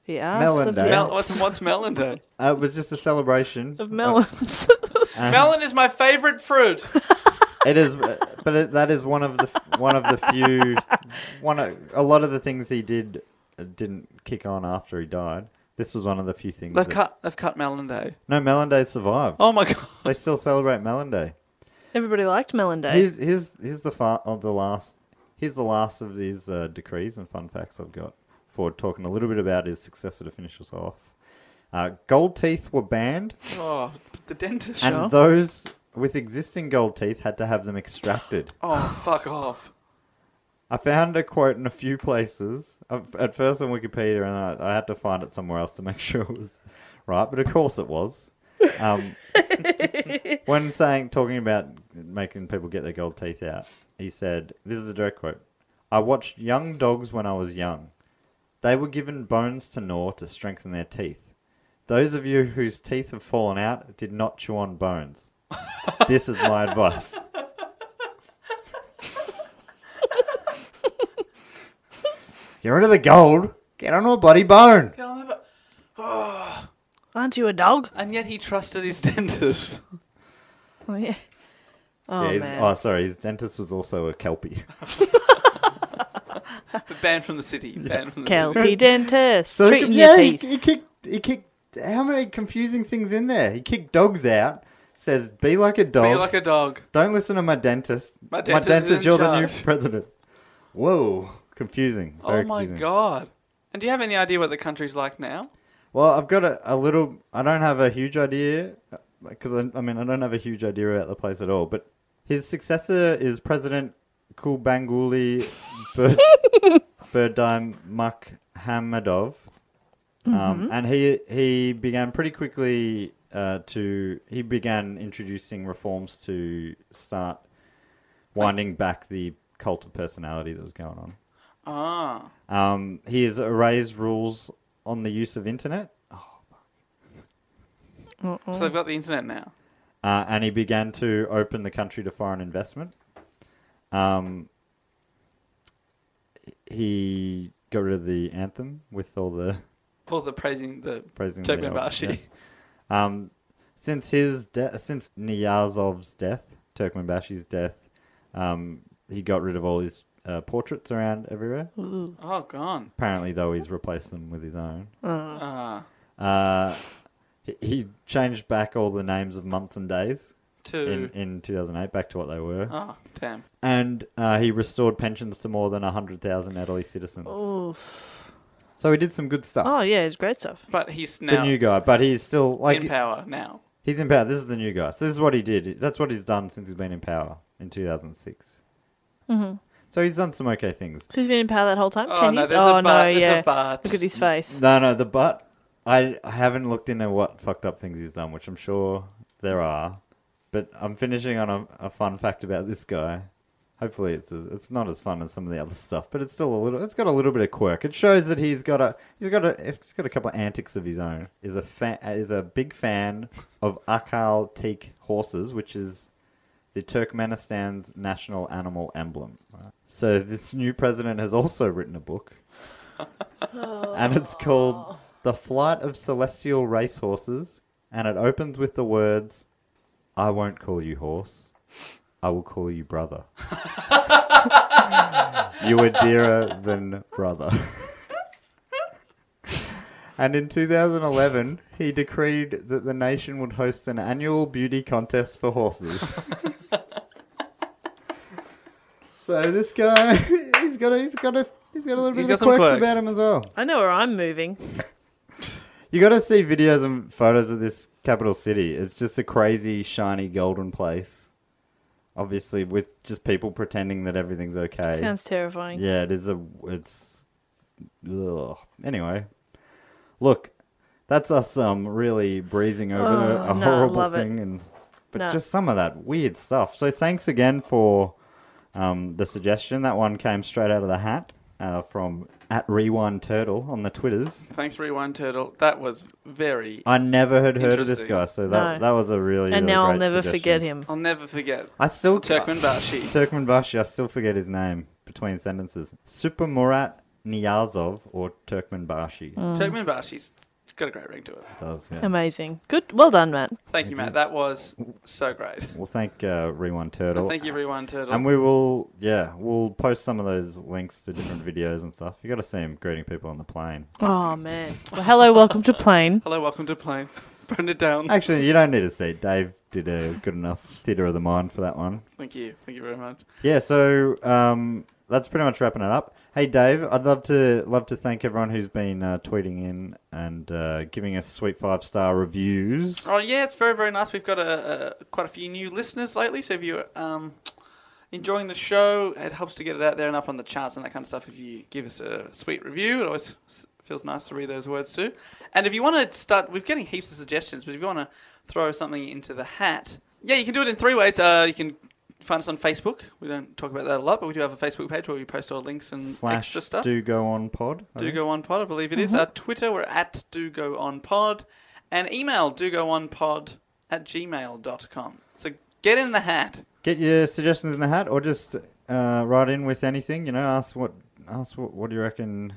S2: The ass
S6: Melon
S2: of,
S6: Day.
S1: Mel- what's, what's melon day?
S6: Uh, it was just a celebration.
S2: of melons.
S6: and
S1: Melon is my favourite fruit.
S6: Uh, It is, but it, that is one of the f- one of the few one. Of, a lot of the things he did uh, didn't kick on after he died. This was one of the few things.
S1: they've
S6: that-
S1: cut. They've cut melon day.
S6: No, Melon Day survived.
S1: uh, Oh my god.
S6: They still celebrate Melon Day.
S2: Everybody liked Melon Day.
S6: Here's here's here's the far of the last here's the last of these uh, decrees and fun facts I've got for talking a little bit about his successor to finish us off. Uh, gold teeth were banned,
S1: Oh, the dentist.
S6: and those with existing gold teeth had to have them extracted.
S1: Oh, fuck off.
S6: I found a quote in a few places. Uh, At first on Wikipedia, and I, I had to find it somewhere else to make sure it was right. But of course, it was. Um, when saying talking about making people get their gold teeth out, he said, "This is a direct quote." I watched young dogs when I was young. They were given bones to gnaw to strengthen their teeth. Those of you whose teeth have fallen out did not chew on bones. this is my advice. You're into the gold. Get onto a bloody bone.
S1: Get on the bo-
S2: Aren't you a dog?
S1: oh. And yet he trusted his dentist.
S2: Oh yeah. Oh
S6: Yeah, his-
S2: man.
S6: oh, sorry. His dentist was also a kelpie.
S1: But banned from the city. Banned from the city.
S2: Kelpie dentist
S6: So
S2: treating
S6: yeah,
S2: your
S6: he,
S2: teeth.
S6: he kicked. He kicked. How many confusing things in there? He kicked dogs out. Says, "Be like a dog.
S1: Be like a dog.
S6: Don't listen to my dentist.
S1: My dentist is in
S6: you're the
S1: charge."
S6: new president." Whoa, confusing.
S1: Oh
S6: very
S1: my
S6: confusing.
S1: god. And do you have any idea what the country's like now?
S6: Well, I've got a, a little. I don't have a huge idea because I, I mean I don't have a huge idea about the place at all. But his successor is President Kulbanguli Bir- Berdimuhamedov, um, and he he began pretty quickly uh, to he began introducing reforms to start winding back the cult of personality that was going on.
S1: Ah.
S6: Um, he has erased rules on the use of internet.
S2: Mm.
S1: So they've got the internet now.
S6: uh, and he began to open the country to foreign investment. Um, he got rid of the anthem with all the
S1: All the praising the
S6: praising. the album,
S1: Turkmenbashi.
S6: yeah. Um, since his de- since Niyazov's death, Turkmenbashi's death, um, he got rid of all his uh, portraits around everywhere.
S1: Oh, gone.
S6: Apparently, though, he's replaced them with his own.
S1: Ah.
S6: Uh, he- he changed back all the names of months and days
S1: Two.
S6: in, in 2008 back to what they were.
S1: Oh, damn.
S6: and uh, he restored pensions to more than 100,000 elderly citizens.
S2: Oof.
S6: So he did some good stuff.
S2: Oh yeah, it's great stuff.
S1: But he's
S6: the
S1: now
S6: new guy, but he's still like
S1: in power now.
S6: he's in power. This is the new guy. So this is what he did. That's what he's done since he's been in power in 2006. Mm-hmm. So he's done some okay things.
S2: So he's been in power that whole time.
S1: Oh,
S2: Ten
S1: no,
S2: years?
S1: there's
S2: oh
S1: a
S2: no,
S1: bar. there's
S2: yeah.
S1: a bar.
S2: Look at his face.
S6: No, no, the but I, I haven't looked into what fucked up things he's done, which I'm sure there are. But I'm finishing on a, a fun fact about this guy. Hopefully, it's as, it's not as fun as some of the other stuff, but it's still a little. It's got a little bit of quirk. It shows that he's got a he's got a he's got a couple of antics of his own. Is a fa- is a big fan of Akal Teak horses, which is the Turkmenistan's national animal emblem. So this new president has also written a book and it's called The Flight of Celestial Racehorses. And it opens with the words, I won't call you horse. I will call you brother. you were dearer than brother. and in 2011, he decreed that the nation would host an annual beauty contest for horses. so this guy, he's got a, he's got a, he's got a little
S1: He's
S6: bit
S1: got
S6: of the
S1: some
S6: quirks
S1: quirks.
S6: about him as well.
S2: I know where I'm moving.
S6: You got to see videos and photos of this capital city. It's just a crazy, shiny, golden place. Obviously, with just people pretending that everything's okay.
S2: Sounds terrifying.
S6: Yeah, it is a. It's. Ugh. Anyway, look, that's us um really breezing over
S2: Oh,
S6: a
S2: no,
S6: horrible
S2: love it.
S6: thing, and but
S2: No.
S6: just some of that weird stuff. So thanks again for um the suggestion. That one came straight out of the hat uh, from at Rewind Turtle on the Twitters.
S1: Thanks, Rewind Turtle. That was very.
S6: I never had heard of this
S1: Interesting.
S6: guy, so that
S2: No.
S6: that was a really
S2: and
S6: really
S2: now I'll
S6: great
S2: never
S6: suggestion.
S2: forget him.
S1: I'll never forget.
S6: I still
S1: Turkmen Bashi.
S6: Turkmen Bashi, I still forget his name between sentences. Super Murat Niyazov or Turkmen Bashi.
S2: Mm.
S1: Turkmen Bashi's got a great ring to it.
S6: Does, yeah.
S2: Amazing. Good. Well done, Matt.
S1: Thank you, Matt. That was so great.
S6: Well, thank uh, Rewind Turtle.
S1: Thank you, Rewind Turtle.
S6: And we will, yeah, we'll post some of those links to different videos and stuff. You got to see him greeting people on the plane.
S2: Oh man. Well, hello, welcome to plane.
S1: Hello, welcome to Plane. Burn it down.
S6: Actually, you don't need to see. it. Dave did a good enough theatre of the mind for that one.
S1: Thank you. Thank you very much.
S6: Yeah, so um, that's pretty much wrapping it up. Hey, Dave, I'd love to love to thank everyone who's been uh, tweeting in and uh, giving us sweet five star reviews.
S1: Oh yeah, it's very very nice. We've got a, a quite a few new listeners lately. So if you're um, enjoying the show, it helps to get it out there and up on the charts and that kind of stuff. If you give us a sweet review, it always s- feels nice to read those words too. And if you want to start, we're getting heaps of suggestions. But if you want to throw something into the hat, yeah, you can do it in three ways. Uh, you can find us on Facebook. We don't talk about that a lot, but we do have a Facebook page where we post all links and
S6: Slash
S1: extra stuff.
S6: do go on pod. I
S1: Do
S6: think.
S1: Go On Pod, I believe it is.
S2: Mm-hmm.
S1: Uh, Twitter, we're at Do Go On Pod. And email, do go on pod at gmail.com. So get in the hat.
S6: Get your suggestions in the hat, or just uh, write in with anything. You know, ask what ask what, what do you reckon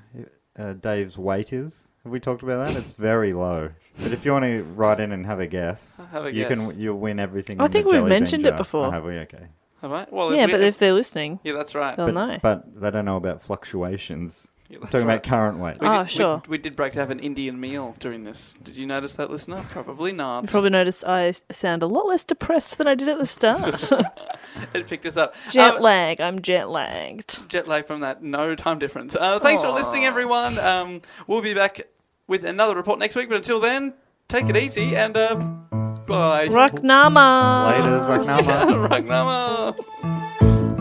S6: uh, Dave's weight is. Have we talked about that? It's very low. But if you want to write in and have a guess,
S1: Have a
S6: you
S1: guess.
S6: can you'll win everything.
S2: I
S6: in the
S2: think we've
S6: jelly bean
S2: mentioned it
S6: jar.
S2: before.
S6: Oh, have we? Okay.
S1: Have I? Well,
S2: yeah,
S1: we-
S2: but if Oh, they're listening,
S1: yeah, that's right.
S2: they'll
S6: But,
S2: know.
S6: but they don't know about fluctuations.
S1: Yeah,
S6: We're
S1: that's
S6: talking
S1: right.
S6: about current weight.
S2: We- Ah,
S1: did,
S2: sure.
S1: We, did break to have an Indian meal during this. Did you notice that, listener? Probably not.
S2: You probably noticed I s- sound a lot less depressed than I did at the start.
S1: It picked us up.
S2: jet
S1: Um,
S2: lag. I'm jet lagged.
S1: jet lag from that no time difference. Uh, thanks for listening, everyone. Um, we'll be back with another report next week. But until then, take
S6: Mm.
S1: it easy and uh, bye.
S2: Ragnama.
S6: Laters, Ragnama.
S1: Ragnama.